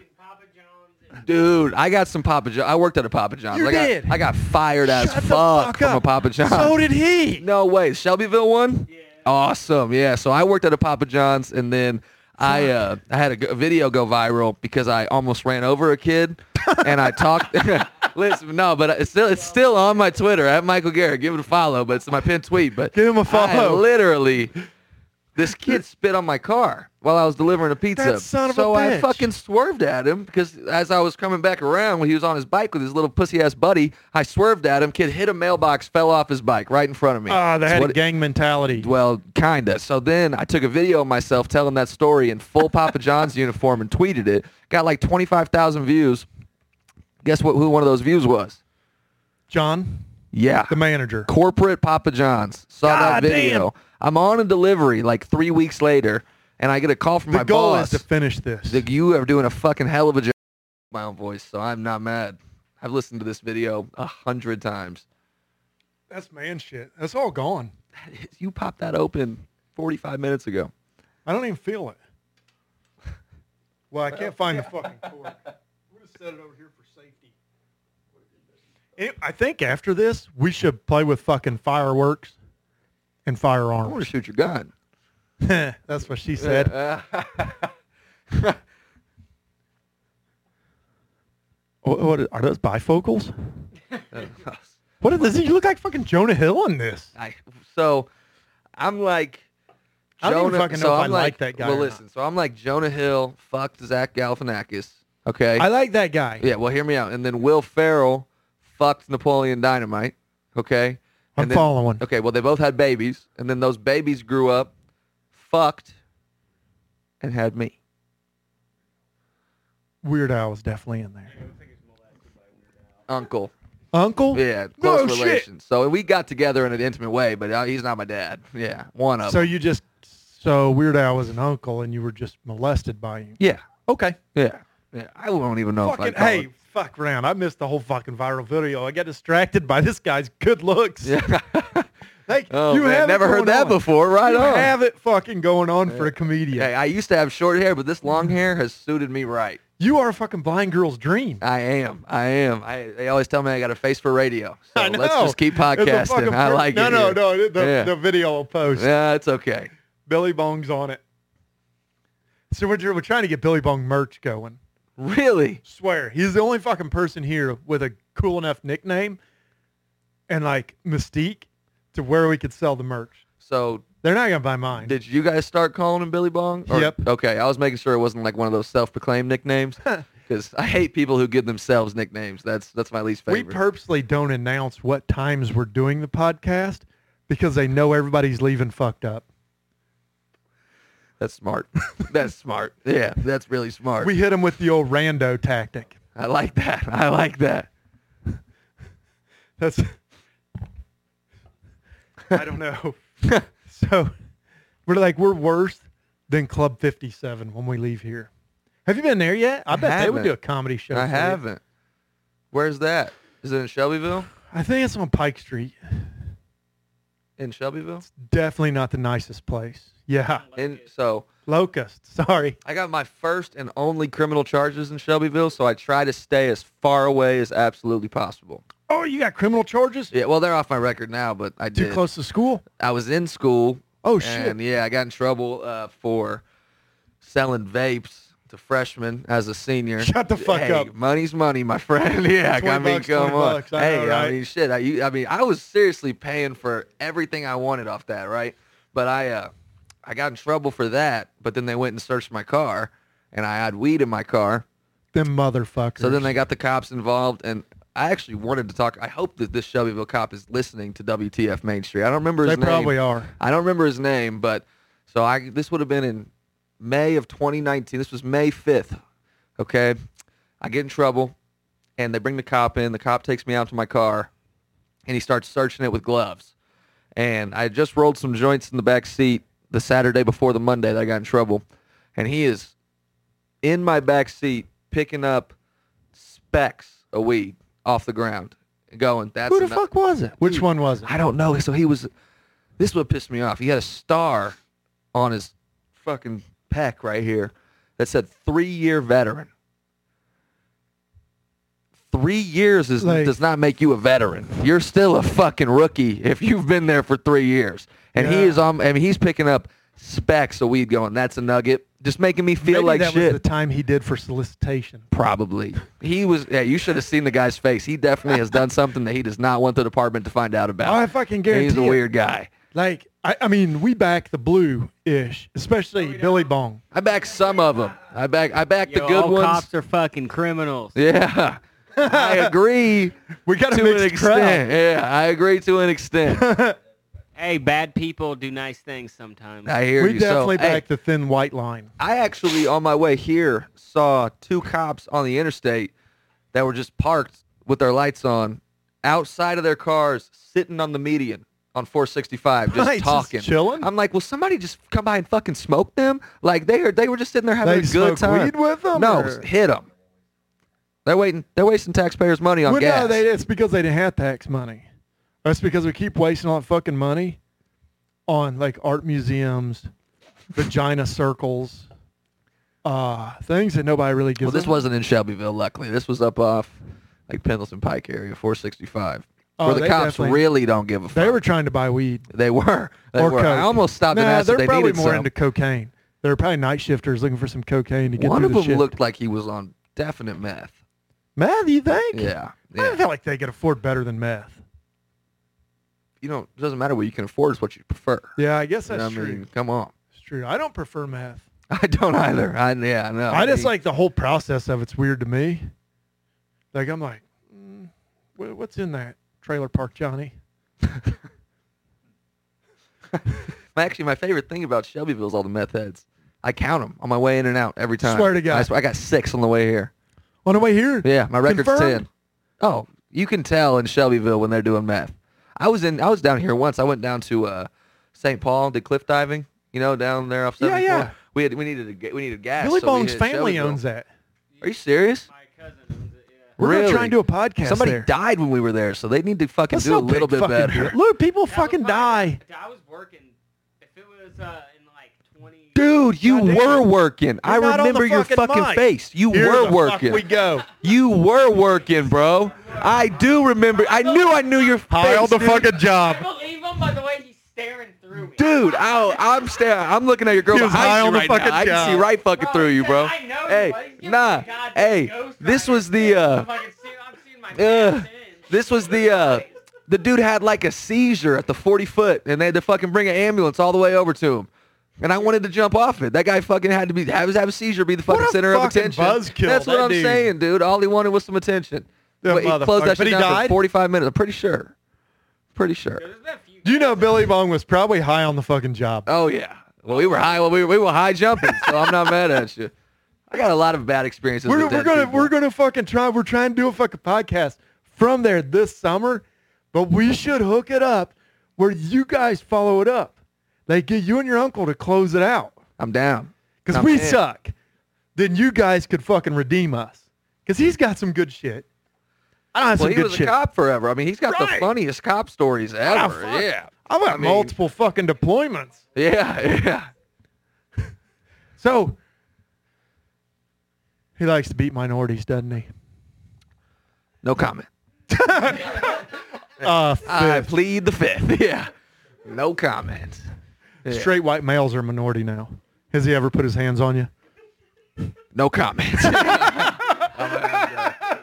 and
Dude, I got some Papa John. I worked at a Papa John's.
You
I got,
did?
I got fired as
Shut the
fuck,
fuck
from a
up.
Papa John's.
So did he.
No way. Shelbyville one? Yeah. Awesome. Yeah. So I worked at a Papa John's and then I uh, I had a g- a video go viral because I almost ran over a kid and I talked. Listen, no, but it's still it's still on my Twitter at Michael Garrett. Give it a follow, but it's my pinned tweet. But
Give him a
I
follow.
literally, this kid spit on my car while I was delivering a pizza.
That son of a
so I
bitch.
fucking swerved at him because as I was coming back around when he was on his bike with his little pussy ass buddy, I swerved at him. Kid hit a mailbox, fell off his bike right in front of me.
Ah, they
It's
had
what-
a gang mentality.
well, kinda. So then I took a video of myself telling that story in full Papa John's uniform and tweeted it. Got like 25,000 views. Guess what? Who one of those views was?
John,
Yeah,
the manager.
corporate Papa John's saw
God
that video.
damn.
I'm on a delivery like three weeks later, and I get a call from
The
my
goal
boss.
is to finish this.
that you are doing a fucking hell of a job. My own voice, so I'm not mad. I've listened to this video a hundred times.
That's man shit. That's all gone.
You popped that open 45 minutes ago.
I don't even feel it. Well, I can't find the fucking cord. We're gonna set it over here for safety. Any- I think after this, we should play with fucking fireworks and
I want
firearms.
to shoot your gun.
That's what she said. What, what are those bifocals? What is this? You look like fucking Jonah Hill in this.
I, so I'm like
I don't even fucking know
so
if I
I'm
like that guy
Well,
or
listen. So I'm like Jonah Hill fucked Zach Galifianakis. Okay.
I like that guy.
yeah. Well, hear me out. And then Will Ferrell fucked Napoleon Dynamite. Okay.
I'm
and then,
following.
Okay. Well, they both had babies, and then those babies grew up, fucked, and had me.
Weird Al was definitely in there.
Uncle.
Uncle?
Yeah.
No
Close
shit.
relations. So we got together in an intimate way, but uh, he's not my dad. Yeah. One of.
So
them.
you just so Weird Al was an uncle, and you were just molested by him.
yeah.
Okay.
Yeah. Yeah. I won't even know if I
fucking
call
hey,
it.
fuck around. I missed the whole fucking viral video. I got distracted by this guy's good looks.
Yeah.
Like
oh,
you
man,
have it
never
going
heard that
on.
before. Right
you
on.
have it fucking going on for a comedian.
Hey, I used to have short hair, but this long hair has suited me right.
You are a fucking blind girl's dream.
I am. I am. I, they always tell me I got a face for radio. So
I know.
Oh, let's just keep
It's a
podcasting.
fucking
I
per-
like
no,
it.
No,
here.
no, no. The,
Yeah.
the video will post.
Yeah, it's okay.
Billy Bong's on it. So we're, we're trying to get Billy Bong merch going.
Really?
Swear, he's the only fucking person here with a cool enough nickname and like mystique to where we could sell the merch.
So
They're not gonna buy mine.
did you guys start calling him Billy Bong?
Yep.
Okay, I was making sure it wasn't like one of those self-proclaimed nicknames because I hate people who give themselves nicknames. That's that's my least
we
favorite.
purposely don't announce what times we're doing the podcast because they know everybody's leaving fucked up.
that's smart. that's smart. Yeah, that's really smart.
We hit them with the old rando tactic.
I like that. I like that.
That's I don't know. so we're like we're worse than Club 57 when we leave here. Have you been there yet? I,
I
bet they would
haven't.
do a comedy show.
I
for you.
haven't. Where's that? Is it in Shelbyville?
I think it's on Pike Street.
In Shelbyville?
Definitely not the nicest place. Yeah.
And so
Locust. Sorry.
I got my first and only criminal charges in Shelbyville, so I try to stay as far away as absolutely possible.
Oh, you got criminal charges?
Yeah, well, they're off my record now, but I
Too
did.
close to school?
I was in school.
Oh, shit.
And yeah, I got in trouble uh, for selling vapes to freshmen as a senior.
Shut the fuck
Hey,
up.
Money's money, my friend. Yeah,
20
I mean,
bucks,
come
20
on.
bucks, I
hey,
know, right?
I mean, shit. I, you- I mean, I was seriously paying for everything I wanted off that, right? But I, uh, I got in trouble for that. But then they went and searched my car, and I had weed in my car.
Them motherfuckers.
So then they got the cops involved, and I actually wanted to talk. I hope that this Shelbyville cop is listening to WTF Main Street. I don't remember
They
his name.
probably are.
I don't remember his name, but so I this would have been in May of 2019. This was May 5th. Okay, I get in trouble, and they bring the cop in. The cop takes me out to my car, and he starts searching it with gloves. And I had just rolled some joints in the back seat the Saturday before the Monday that I got in trouble, and he is in my back seat picking up specks of weed off the ground, going. That's
Who the
enough."
fuck was it? Which one was it?
I don't know. So he was. This would piss me off. He had a star on his fucking pack right here that said three year veteran. Three years is,
Like-
does not make you a veteran. You're still a fucking rookie if you've been there for three years. And he
Yeah.
is on. I mean, he's picking up specks of weed. Going, that's a nugget. Just making me feel
Maybe
like
that
shit.
was the time he did for solicitation.
Probably. He was. Yeah, you should have seen the guy's face. He definitely has done something that he does not want the department to find out about.
Oh, I fucking
And He's a
guarantee it.
weird guy.
Like, I, I mean, we back the blue ish, especially Billy Bong.
I back some of them. I back. I back
Yo,
the good
all
ones.
cops are fucking criminals.
Yeah. I agree.
We got a
to an
mixed crowd.
extent. Yeah, I agree to an extent.
Hey, bad people do nice things sometimes.
I hear
We
you.
definitely
so, hey,
back the thin white line.
I actually, on my way here, saw two cops on the interstate that were just parked with their lights on outside of their cars, sitting on the median on 465, just
Right, just
talking.
chilling?
I'm like, will somebody just come by and fucking smoke them? Like, they are, they were just sitting there having
They
a good
smoke
time.
weed with 'em,
No,
or-
hit them. They're waiting. They're wasting taxpayers' money on
Well,
gas.
no, they, it's because they didn't have tax money. That's because we keep wasting all that fucking money on like art museums, vagina circles, uh, things that nobody really gives.
Well, this
a-
wasn't in Shelbyville, luckily. This was up off like Pendleton Pike area, 465,
Oh,
where the
they
cops
definitely-
really don't give a fuck.
they were trying to buy weed
They were. They
or
were.
coke.
I almost stopped
nah,
and asked
they're
if they
probably
needed
more
some.
into cocaine. They're probably night shifters looking for some cocaine to get
One
through
of
the
them
shift.
looked like he was on definite meth.
meth. You think?
Yeah.
I
yeah.
feel like they could afford better than meth.
You know, it doesn't matter what you can afford. It's what you prefer.
Yeah, I guess
You
that's
know what I
true.
mean, come on.
It's true. I don't prefer meth.
I don't either. I, yeah, I know.
I just
mean,
like the whole process of it's weird to me. Like I'm like, mm, wh- what's in that trailer park, Johnny?
Actually, my favorite thing about Shelbyville is all the meth heads. I count them on my way in and out every time.
Swear to God.
I, swear, I got six on the way here.
On the way here,
Yeah, my record's
Confirmed?
10. Oh, you can tell in Shelbyville when they're doing meth. I was in I was down here once. I went down to uh St. Paul, did cliff diving, you know, down there off
Yeah,
74.
yeah.
We had we needed a ga- we needed gas.
Billy
so we
Bones'
hit
family
Shelbyville.
owns that.
Are you serious?
My cousin owns it, yeah.
We're
really?
gonna try and do a podcast
Somebody
there.
died when we were there, so they need to fucking
Let's
do a
not
little
pick
bit
fucking
better.
Bill- Look, people
That
fucking
was my-
die.
I was working. If it was uh, in like 20.
Dude, you
Goddamn.
were working. I
You're not on the
remember your
fucking
fucking
mic.
face. You
Here the
were
fuck
working.
we go.
You were working, bro. I do remember. I knew I knew your face.
Pile the
dude.
fucking job.
I believe him by the way he's staring through me.
Dude, I, I'm staring. I'm looking at your girl
He was high
behind you
on the
right
fucking
now. I can see
job.
right fucking
Bro,
through you, bro.
I know you,
hey,
buddy. Give me
nah.
a goddamn
Hey,
ghost
this
rider.
was the
I'm
uh,
fucking seeing- I'm seeing my
uh,
pants in.
this was the uh, the dude had like a seizure at the 40 foot, and they had to fucking bring an ambulance all the way over to him. And I wanted to jump off it. That guy fucking had to be have, have a seizure, be the fucking
What a
center of
fucking
attention.
buzzkill,
That's what
that
I'm
dude.
saying, dude. All he wanted was some attention.
That
but he closed
motherfucker.
that shit
But he
down for
died?
45 minutes. I'm pretty sure. Pretty sure.
There's been a few
You know, Billy Bong was probably high on the fucking job.
Oh yeah. Well, we were high. Well, we were, we were high jumping, so I'm not mad at you. I got a lot of bad experiences.
we're,
with
we're
dead
gonna
people.
we're gonna fucking try. We're trying to do a fucking podcast from there this summer, but we should hook it up where you guys follow it up. Like get you and your uncle to close it out
I'm down.
because
I'm
we
in.
suck. Then you guys could fucking redeem us because he's got some good shit. I have
Well,
Ah, some
he
good
was
shit.
a cop forever. I mean, he's got the
Right.
funniest cop stories ever.
fuck.
yeah.
I've got
I mean-
multiple fucking deployments.
Yeah. Yeah.
So he likes to beat minorities, doesn't he?
No comment.
Uh,
I
fifth.
plead the fifth. Yeah. No comment. Yeah.
Straight white males are a minority now. Has he ever put his hands on you?
No comment.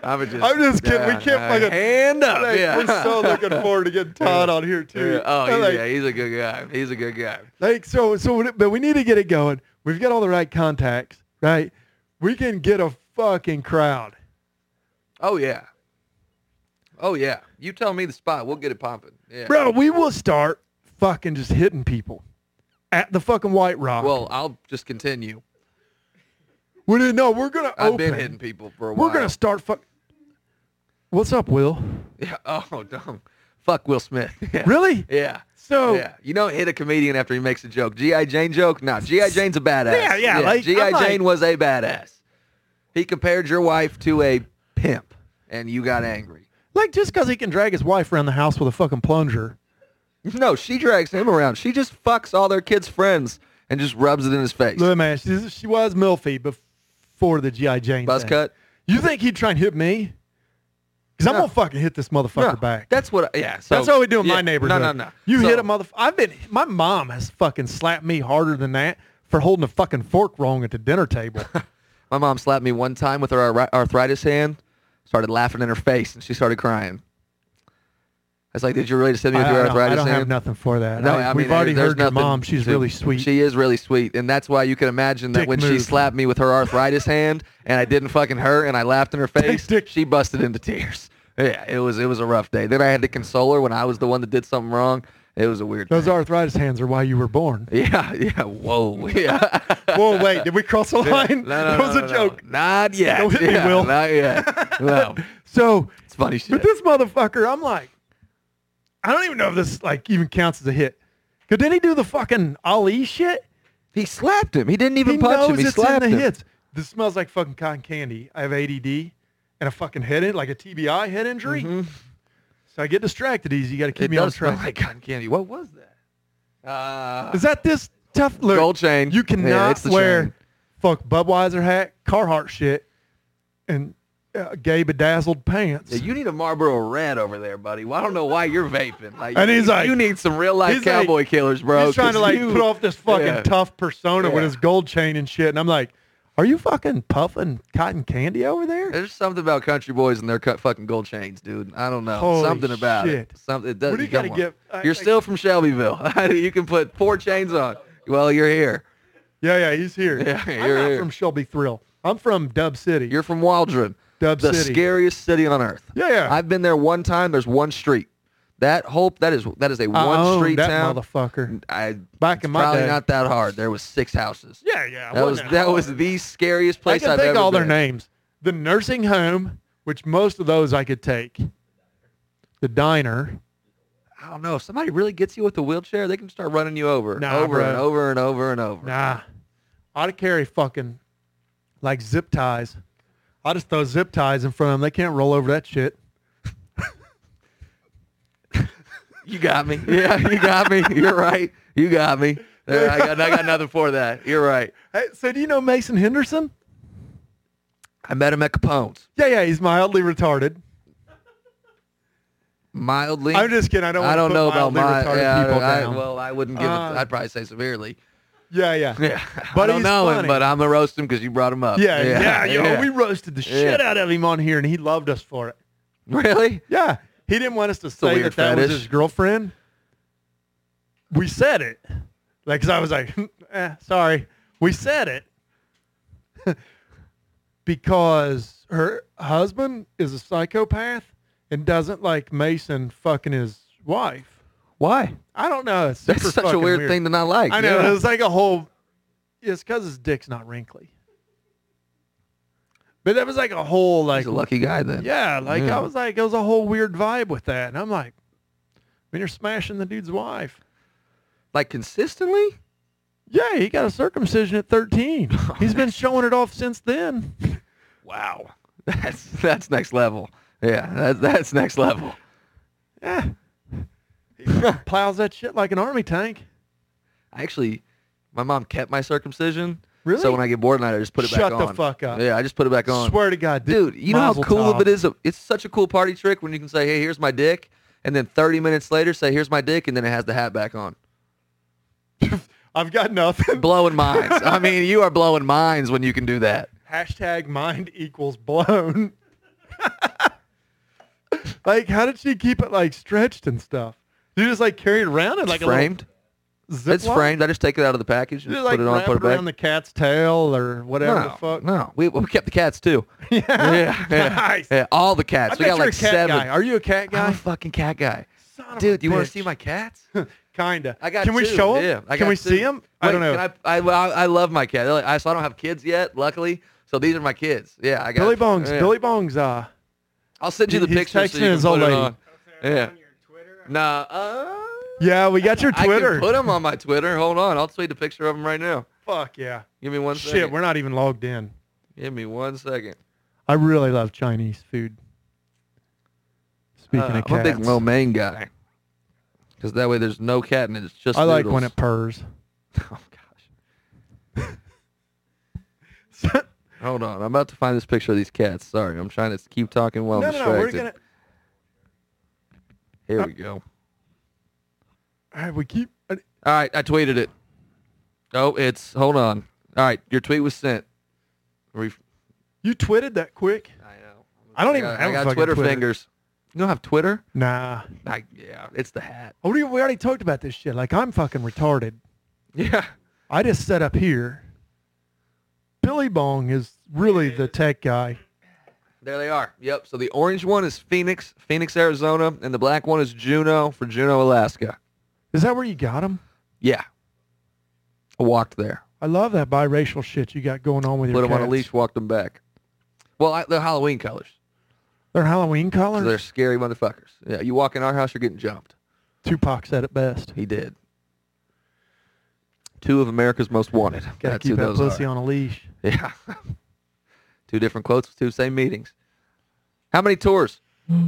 I'm just,
I'm just kidding. We
yeah,
can't
uh,
fucking-
hand up.
Like,
yeah.
We're so looking forward to getting Todd on here too.
Yeah. Oh,
And
he's,
like,
yeah, he's a good guy. He's a good guy.
like, so so but we need to get it going. We've got all the right contacts, right? We can get a fucking crowd.
Oh yeah. Oh yeah. You tell me the spot, we'll get it pumping. Yeah.
Bro, we will start fucking just hitting people at the fucking White Rock.
Well, I'll just continue.
we didn't know we're gonna
I've
open.
been hitting people for a while.
we're gonna start fuck What's up, Will?
Yeah. Oh, dumb. Fuck Will Smith. Yeah.
Really? Oh.
Yeah.
So
Yeah. You don't hit a comedian after he makes a joke. G.I. Jane joke? Nah, G.I. Jane's a badass.
Yeah, yeah, like,
G.I.
I'm like-
Jane was a badass. He compared your wife to a pimp, and you got angry.
like just cause he can drag his wife around the house with a fucking plunger.
No, she drags him around. She just fucks all their kids' friends and just rubs it in his face.
Look, man, she, she was milfy before the GI Jane.
Buzz
thing.
cut.
You think he'd try and hit me? Because I'm
No.
gonna fucking hit this motherfucker
No,
back.
That's what. I- yeah. So,
That's how we do in
yeah,
my neighborhood.
No, no, no.
You
So-
hit a motherfucker. I've been. My mom has fucking slapped me harder than that for holding a fucking fork wrong at the dinner table.
My mom slapped me one time with her ar- arthritis hand, started laughing in her face, and she started crying. I was like, did you really just hit me with
I,
your
I don't, I
arthritis
don't
hand?
have nothing for that.
No,
I-
I mean,
we've already
there's
heard your
nothing
mom. She's
to-
really sweet.
She is really sweet, and that's why you can imagine that
Dick
when she
move.
slapped me with her arthritis hand, and I didn't fucking hurt, and I laughed in her face,
dick.
she busted into tears. Yeah, it was it was a rough day. Then I had to console her when I was the one that did something wrong. It was a weird.
Those
day.
arthritis hands are why you were born.
yeah, yeah. Whoa, yeah.
Whoa, wait, did we cross the line?
No, no,
that was
no,
a
no, no.
joke.
Not yet.
Don't hit me,
yeah,
Will.
Not yet. No,
So,
it's funny shit.
but this motherfucker, I'm like, I don't even know if this like even counts as a hit. Could did he do the fucking Ali shit?
He slapped him. He didn't even
He
punch
knows
him. He
it's
slapped
in the
him.
hits. This smells like fucking cotton candy. I have ADD and a fucking head in like a TBI head injury. So I get distracted easy. You got to keep
Mm-hmm. It
me on
does smell
track.
like cotton candy. What was that? Uh,
Is that this tough? Look,
Gold chain.
You
Yeah,
cannot
it's the
wear
chain.
fuck Budweiser hat, Carhartt shit, and uh, gay bedazzled pants.
Yeah, you need a Marlboro Red over there, buddy. Well, I don't know why you're vaping. Like,
And he's
you-
like-
you need some real life
he's like-
cowboy killers, bro.
He's trying to
'cause
like
you-
put off this fucking
yeah.
tough persona with
Yeah.
his gold chain and shit, and I'm like, are you fucking puffing cotton candy over there?
There's something about country boys and their cut fucking gold chains, dude. I don't know.
Holy
something about it.
shit.
Something. It does,
What do you
come
gotta
on.
give- I-
you're
I-
still from Shelbyville. you can put four chains on. Well, you're here.
Yeah, yeah, he's here.
Yeah,
I'm
you're
not
here.
from Shelby Thrill. I'm from Dub City.
You're from Waldron.
Dub
the
City.
scariest city on earth.
Yeah, yeah.
I've been there one time. There's one street. That hope that is that is a
I
one
owned
street
that
town.
motherfucker.
I
Back
it's
in my
probably
day.
not that hard. There was six houses.
Yeah, yeah.
that was that was the scariest
I
place
can
have
take
ever
all their
been.
names. The nursing home, which most of those I could take. The diner.
I don't know. If somebody really gets you with a wheelchair, they can start running you over,
Nah,
over
bro.
and over and over and over.
Nah. I'd carry fucking like zip ties. I just throw zip ties in front of them. They can't roll over that shit.
You got me. Yeah, you got me. You're right. You got me. There, I got I got nothing for that. You're right.
Hey, so do you know Mason Henderson?
I met him at Capone's.
Yeah, yeah, he's mildly retarded.
Mildly.
I'm just kidding. I don't.
I
wanna
don't
put
know about
mildly
my.
retarded
Yeah,
people
I,
down.
well, I wouldn't give
Uh,
it. I'd probably say severely.
yeah, yeah,
Yeah,
But
I don't
he's
know
funny.
him, but I'm gonna roast him because you brought him up.
yeah, yeah, yo, we roasted the
Yeah.
shit out of him on here, and he loved us for it.
really.
Yeah, he didn't want us to
a
say
weird
that that was
fetish.
his girlfriend. We said it, like, 'cause I was like, eh, sorry, we said it because her husband is a psychopath and doesn't like Mason fucking his wife.
Why?
I don't know. It's
That's
super
such a
fucking
weird, thing to not like.
I know.
Yeah.
It's like a whole. It's because his dick's not wrinkly. But that was like a whole like
He's a lucky guy then.
yeah, like
Yeah.
I was like it was a whole weird vibe with that, and I'm like, when you're smashing the dude's wife.
Like consistently.
Yeah, he got a circumcision at 13. He's been showing it off since then.
Wow. That's that's next level. Yeah, that's that's next level.
Yeah. He plows that shit like an army tank.
I actually, my mom kept my circumcision.
Really?
So when I get bored at night, I just put it
Shut
back
the
on.
fuck up.
Yeah, I just put it back on.
Swear to God,
Dude, you know how
Mazel
cool of
tov.
it is? It's such a cool party trick when you can say, hey, here's my dick. And then 30 minutes later, say, here's my dick. And then it has the hat back on.
I've got nothing.
Blowing minds. I mean, you are blowing minds when you can do that.
Hashtag mind equals blown. like, how did she keep it like stretched and stuff? You just like carry it around and like
It's framed.
a little
It's
Ziploc?
framed. I just take it out of the package
You
and
just
put
like
it on,
wrap
put it back.
around the cat's tail or whatever
no,
the fuck.
no. We, we kept the cats too.
Yeah.
Yeah, yeah,
Nice.
yeah, all the cats.
I
we
bet
got
you're
like
a cat
seven.
guy. Are you a cat
I'm a
guy?
fucking cat guy.
Son of a
Dude, you want
bitch.
to see my cats?
Kinda.
I got.
Can we
two.
show him?
Yeah, I
Can
got
we
two.
see him? I
Wait,
don't know.
Can I, I, well, I, I love my cat. Like, I so I don't have kids yet, luckily. So these are my kids. Yeah, I got
Billy Bongs.
yeah.
Billy Bongs. Uh,
I'll send you the
He- he's
picture so
texting
you can
his
put
old
it
lady.
on. Yeah.
On your Twitter,
Nah. Uh,
yeah, we got your
I
Twitter.
can put them on my Twitter. Hold on, I'll tweet a picture of them right now.
Fuck yeah.
Give me one
Shit,
second.
we're not even logged in.
Give me one second.
I really love Chinese food. Speaking
Uh,
of cats,
I'm a big lo mein guy. Because that way there's no cat and it's just.
I like when
noodles.
it purrs.
Oh gosh. Hold on, I'm about to find this picture of these cats. Sorry, I'm trying to keep talking while
no,
I'm
no, no. We're
distracted.
gonna
Here we go.
All right, uh, we keep. I-
All right, I tweeted it. Oh, it's hold on. All right, your tweet was sent. Re-
You tweeted that quick?
I know.
I don't even
got-
have
I
a
got
fucking
Twitter,
Twitter.
fingers. You don't have Twitter?
Nah.
I, yeah, it's the hat.
Oh, We we already talked about this shit. Like I'm fucking retarded.
Yeah.
I just set up here. Billy Bong is really the tech guy.
There they are. Yep. So the orange one is Phoenix, Phoenix, Arizona, and the black one is Juneau for Juneau, Alaska.
Is that where you got him?
Yeah. I walked there.
I love that biracial shit you got going on with your
Put them on a
cats.
leash, walked them back. Well, I, they're Halloween colors.
They're Halloween
So
colors.
they're scary motherfuckers. Yeah, you walk in our house, you're getting jumped.
Tupac said it best.
He did. Two of America's Most Wanted.
Gotta
That's who
keep that
those
pussy
are.
on a leash.
Yeah. two different quotes, two same meetings. How many tours did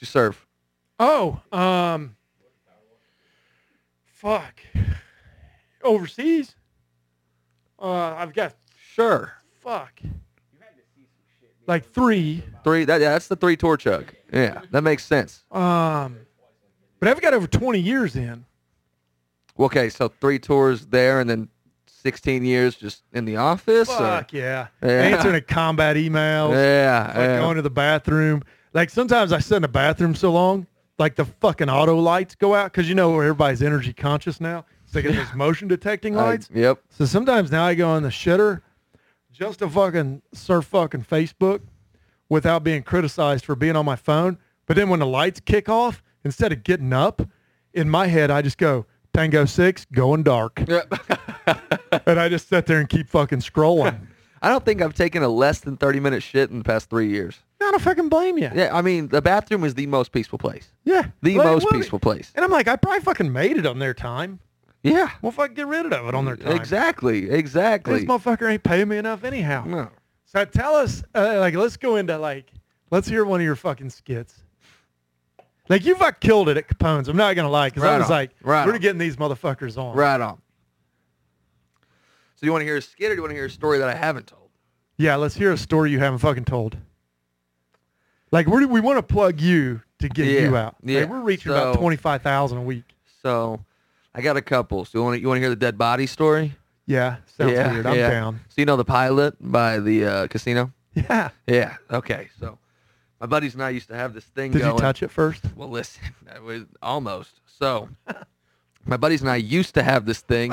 you serve?
Oh, um, fuck. Overseas? Uh, I've got
Sure.
fuck. Like three.
Three. That, yeah, that's the three tour chug. Yeah, that makes sense.
Um, but I've got over 20 years in.
Okay, so three tours there, and then 16 years just in the office. or-
Fuck yeah.
Yeah.
Answering a combat email.
Yeah.
Like
yeah.
going to the bathroom. Like sometimes I sit in the bathroom so long, like the fucking auto lights go out because you know everybody's energy conscious now. So they get those motion detecting
I-
lights.
yep.
So sometimes now I go on the shitter just to fucking surf fucking Facebook without being criticized for being on my phone. But then when the lights kick off, instead of getting up, in my head I just go Tango Six going dark,
Yep.
and I just sit there and keep fucking scrolling.
I don't think I've taken a less than 30 minute shit in the past three years.
I don't fucking blame you.
Yeah, I mean, the bathroom is the most peaceful place.
Yeah,
The
Like,
most
what-
peaceful place.
And I'm like, I probably fucking made it on their time.
Yeah.
Well, fuck, get rid of it on their time.
Exactly.
This
Exactly.
motherfucker ain't paying me enough anyhow.
No.
So tell us, uh, like, let's go into like, let's hear one of your fucking skits. Like you fuck killed it at Capone's. I'm not gonna lie, because I
Right
was
on,
like,
right
we're
on.
getting these motherfuckers on.
Right on. So you want to hear a skit or do you want to hear a story that I haven't told?
Yeah, let's hear a story you haven't fucking told. Like we we want to plug you to get
Yeah,
you out.
yeah.
Like, we're reaching
So-
about twenty five thousand a week.
So I got a couple. So you want to, you want to hear the dead body story?
Yeah, sounds
yeah,
weird. I'm
yeah.
down.
So you know the pilot by the uh, casino?
Yeah.
Yeah. Okay. So my buddies and I used to have this thing
Did
going.
you touch it first?
Well, listen, that was almost. So, my buddies and I used to have this thing.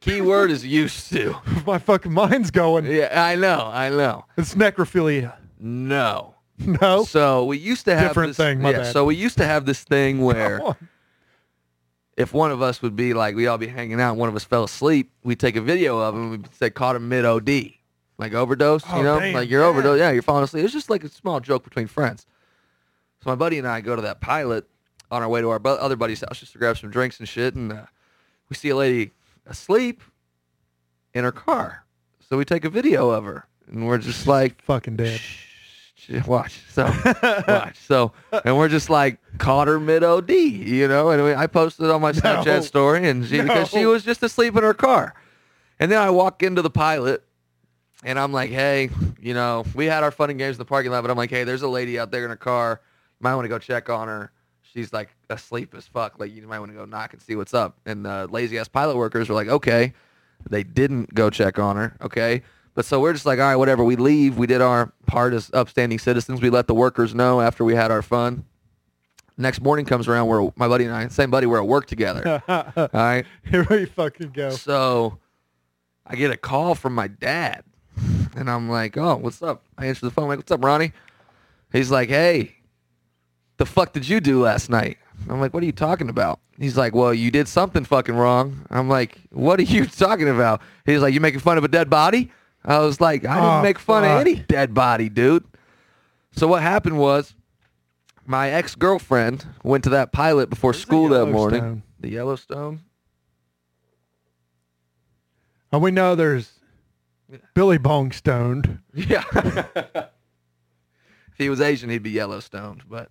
Key word is used to.
My fucking mind's going.
Yeah, I know, I know.
It's necrophilia.
No.
No.
So we used to have
Different
this,
thing, my
yeah,
bad.
So we used to have this thing where
Come on.
if one of us would be like, we all be hanging out, and one of us fell asleep, we'd take a video of him and we'd say, caught him mid OD. Like overdose,
Oh,
you know?
damn,
like you're
yeah.
overdose. Yeah, you're falling asleep. It's just like a small joke between friends. So my buddy and I go to that pilot on our way to our bu- other buddy's house just to grab some drinks and shit. And uh, we see a lady asleep in her car. So we take a video of her. And we're just like,
Fucking dead.
Shh, Watch. So watch. So and we're just like caught her mid OD, you know. And we, I posted on my Snapchat story, and she because she
No.
was just asleep in her car. And then I walk into the pilot, and I'm like, hey, you know, we had our fun and games in the parking lot, but I'm like, hey, there's a lady out there in her car. You might want to go check on her. She's like asleep as fuck. Like you might want to go knock and see what's up. And the lazy ass pilot workers were like, okay. They didn't go check on her. Okay. But so we're just like, all right, whatever. We leave. We did our part as upstanding citizens. We let the workers know after we had our fun. Next morning comes around where my buddy and I, same buddy, we're at work together.
Here
all right.
we fucking go.
So I get a call from my dad, and I'm like, "Oh, what's up?" I answer the phone, like, "What's up, Ronnie?" He's like, "Hey, the fuck did you do last night?" I'm like, "What are you talking about?" He's like, "Well, you did something fucking wrong." I'm like, "What are you talking about?" He's like, "You making fun of a dead body?" I was like, "I didn't
Oh,
make fun of
fuck.
any dead body, dude." So what happened was, my ex girlfriend went to that pilot before
the
school that morning.
Yellowstone?
The Yellowstone.
And we know there's Billy Bong stoned.
Yeah. if he was Asian, he'd be Yellowstoned. But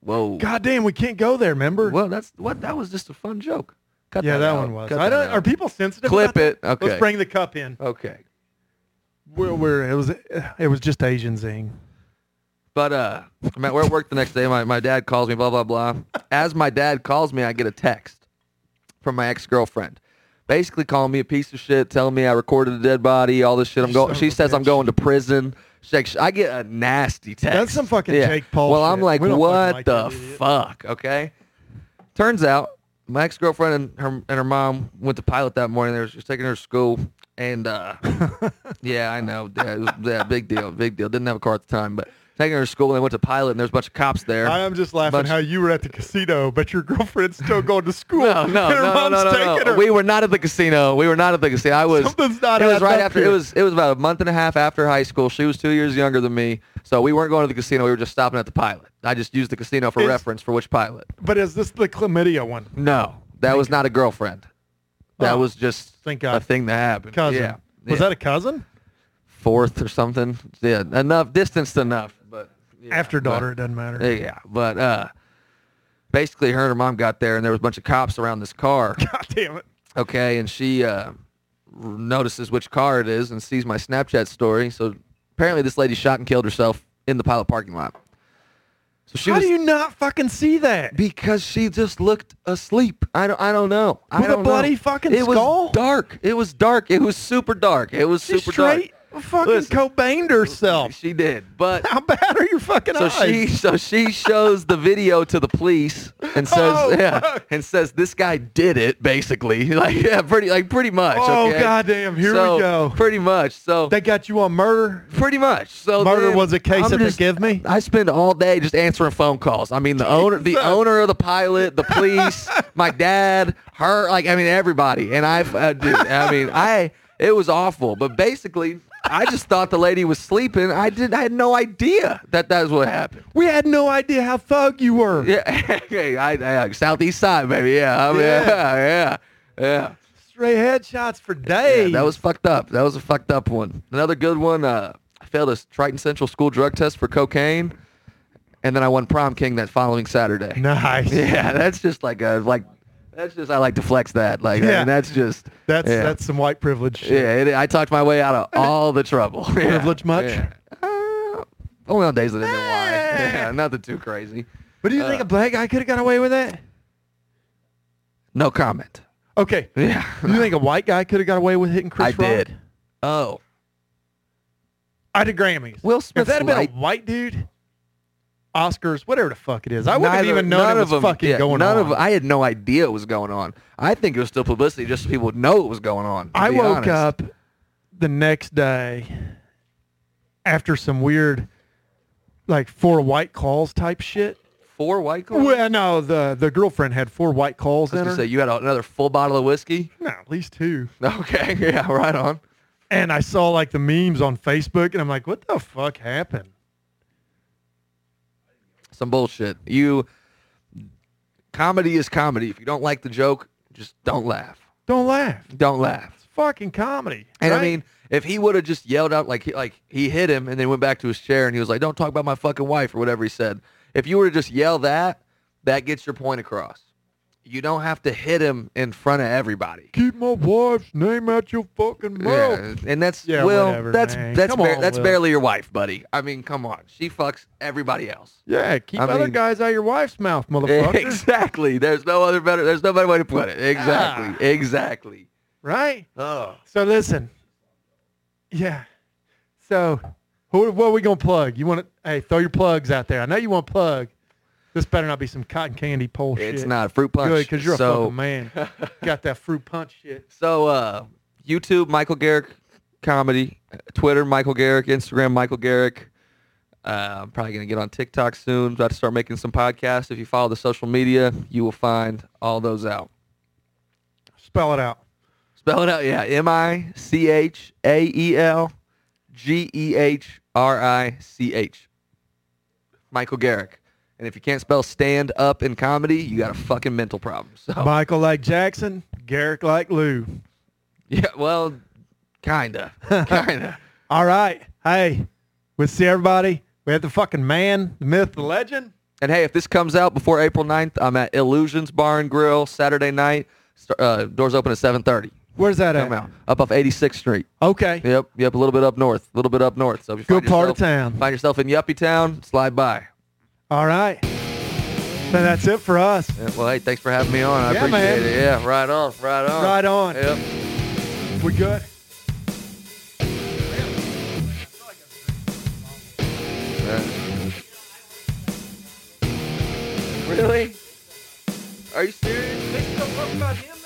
whoa.
God damn, we can't go there, remember?
Well, that's what that was just a fun joke. Cut
yeah, that
out.
one was.
Cut
I
that
don't,
out.
are people sensitive?
Clip
about
it.
that?
Okay.
Let's bring the cup in.
okay.
Where, where it was, it was just Asian zing.
But uh, I'm at- we're at work the next day. My, my dad calls me, blah, blah, blah. As my dad calls me, I get a text from my ex-girlfriend. Basically calling me a piece of shit, telling me I recorded a dead body, all this shit. I'm
You
going.
son of
She
a
says I'm
bitch.
going to prison. She's like, I get a nasty text.
That's some fucking Jake Paul
Well, I'm
shit.
like,
We don't fucking
what
like
the
that idiot."
fuck? Okay. Turns out my ex girlfriend and her and her mom went to pilot that morning. They were just taking her to school, and uh, yeah, I know, yeah, it was- yeah, big deal, big deal. Didn't have a car at the time, but taking her to school, and they went to pilot, and there's a bunch of cops there.
I am just laughing
Bunch-
how you were at the casino, but your girlfriend's still going to school.
no, no,
and her
no, no,
mom's
no, no,
taking
no.
her.
We were not at the casino. We were not at the casino. I was.
Something's not
it was
adding
right
up
after. It
here.
was. It was about a month and a half after high school. She was two years younger than me, so we weren't going to the casino. We were just stopping at the pilot. I just used the casino for
Is-
reference for which pilot.
but is this the chlamydia one?
No, that was not a girlfriend. That
Oh,
was just
thank
a
God.
thing that happened.
Cousin.
Yeah.
Was
Yeah.
that a cousin?
fourth or something? Yeah, enough distanced enough, but yeah,
after
but-
daughter, it doesn't matter.
yeah, but uh, basically, her and her mom got there, and there was a bunch of cops around this car.
God damn it.
Okay, and she uh, r- notices which car it is and sees my Snapchat story. So apparently, this lady shot and killed herself in the pilot parking lot. So she
How
was
do you not fucking see that?
because she just looked asleep. I don't. I don't know. I
With a
don't know.
bloody fucking
it
skull?
was dark. It was dark. It was super dark. It was
She
super
straight fucking
Listen.
cobained
dark.
herself.
She did, but
How bad are your fucking
so
eyes?
she so she shows the video to the police and says
Oh,
yeah,
fuck.
and says this guy did it basically like yeah pretty like pretty much.
Oh,
okay?
goddamn, here we
So,
go.
Pretty much. So
they got you on murder.
Pretty much. So
Murder
then
was a case
I'm
of
just-
forgive me?
I spend all day just answering phone calls. I mean, the owner, the
Jesus.
owner of the pilot, the police, my dad, her, like I mean, everybody. And I, uh, dude, I mean, I, it was awful. But basically, I just thought the lady was sleeping. I did, I had no idea that that was what happened.
We had no idea how thug you were.
Yeah, hey, I, I, uh, southeast side, baby. Yeah, I mean,
Yeah.
yeah, yeah, yeah.
Stray headshots for days.
Yeah, that was fucked up. That was a fucked up one. Another good one. Uh, I failed a Triton Central School drug test for cocaine, and then I won prom king that following Saturday.
nice.
Yeah, that's just like a like. That's just I like to flex that. Like, I
Yeah.
mean, that's just
That's
yeah.
that's some white privilege. shit.
yeah. It, I talked my way out of all the trouble. Yeah,
Privilege much?
yeah. Uh, only on days that I didn't lie. Yeah, nothing too crazy.
But do you think
Uh,
a black guy could have got away with that?
No comment.
Okay.
Yeah,
Do you think a white guy could have got away with hitting Chris
I
Rock?
did. Oh,
I did Grammys.
Will
if
Smith's
that had been a
light-
white dude, Oscars, whatever the fuck it is, I wouldn't have
Neither-
even known
none
it
of
was
them-
fucking
yeah,
going
none
on.
Of, I had no idea what was going on. I think it was still publicity just so people would know what was going on. to
I
be
woke
honest.
up the next day after some weird, like four white calls type shit.
Four white claws.
Well, no, the the girlfriend had four white calls
I was
in her.
gonna say you had a- another full bottle of whiskey.
no, at least two.
Okay, yeah, right on.
And I saw like the memes on Facebook, and I'm like, what the fuck happened?
Some bullshit. You comedy is comedy. If you don't like the joke, just don't laugh.
Don't laugh.
Don't laugh.
It's fucking comedy.
And I
right?
mean, if he would have just yelled out like he, like he hit him and then went back to his chair and he was like, "Don't talk about my fucking wife" or whatever he said. If you were to just yell that, that gets your point across. You don't have to hit him in front of everybody.
keep my wife's name out your fucking mouth.
Yeah, and that's
Yeah,
well,
whatever,
that's
man.
that's
Come
bar-
on,
that's
Will.
barely your wife, buddy. I mean, come on, she fucks everybody else.
Yeah, keep
I
other
mean-
guys out your wife's mouth, motherfucker.
Exactly. There's no other better. There's no better way to put it. Exactly.
Ah.
Exactly.
right?
Oh,
So listen. Yeah. So who, what are we going to plug? You want to, hey, throw your plugs out there. I know you want to plug. This better not be some cotton candy pole shit.
it's not fruit punch.
Good, because you're
so,
a fucking man. Got that fruit punch shit.
So uh, YouTube Michael Garrick comedy, Twitter Michael Garrick, Instagram Michael Garrick. Uh, I'm probably gonna get on TikTok soon. About to start making some podcasts. If you follow the social media, you will find all those out.
Spell it out.
Spell it out. Yeah, M I C H A E L G E H R I C H. Michael Garrick. And if you can't spell stand up in comedy, you got a fucking mental problem. So
Michael like Jackson, Garrick like Lou.
yeah, well, kinda, kinda.
All right. Hey, we'll see everybody. We have the fucking man, the myth, the legend.
And hey, if this comes out before April 9th, I'm at Illusions Bar and Grill Saturday night. St- Uh, doors open at 7:30.
Where's that at?
Come out. Up off 86th Street.
Okay.
Yep, yep, a little bit up north, a little bit up north. So if you
Good
find
part of
yourself-
town.
Find yourself in Yuppie Town, slide by.
All right. Then that's it for us.
Yeah, well, hey, thanks for having me on. I
Yeah,
appreciate
man.
it. Yeah, right on, right on,
Right on.
Yep.
We good?
Really? Are you serious? They still talk about him now?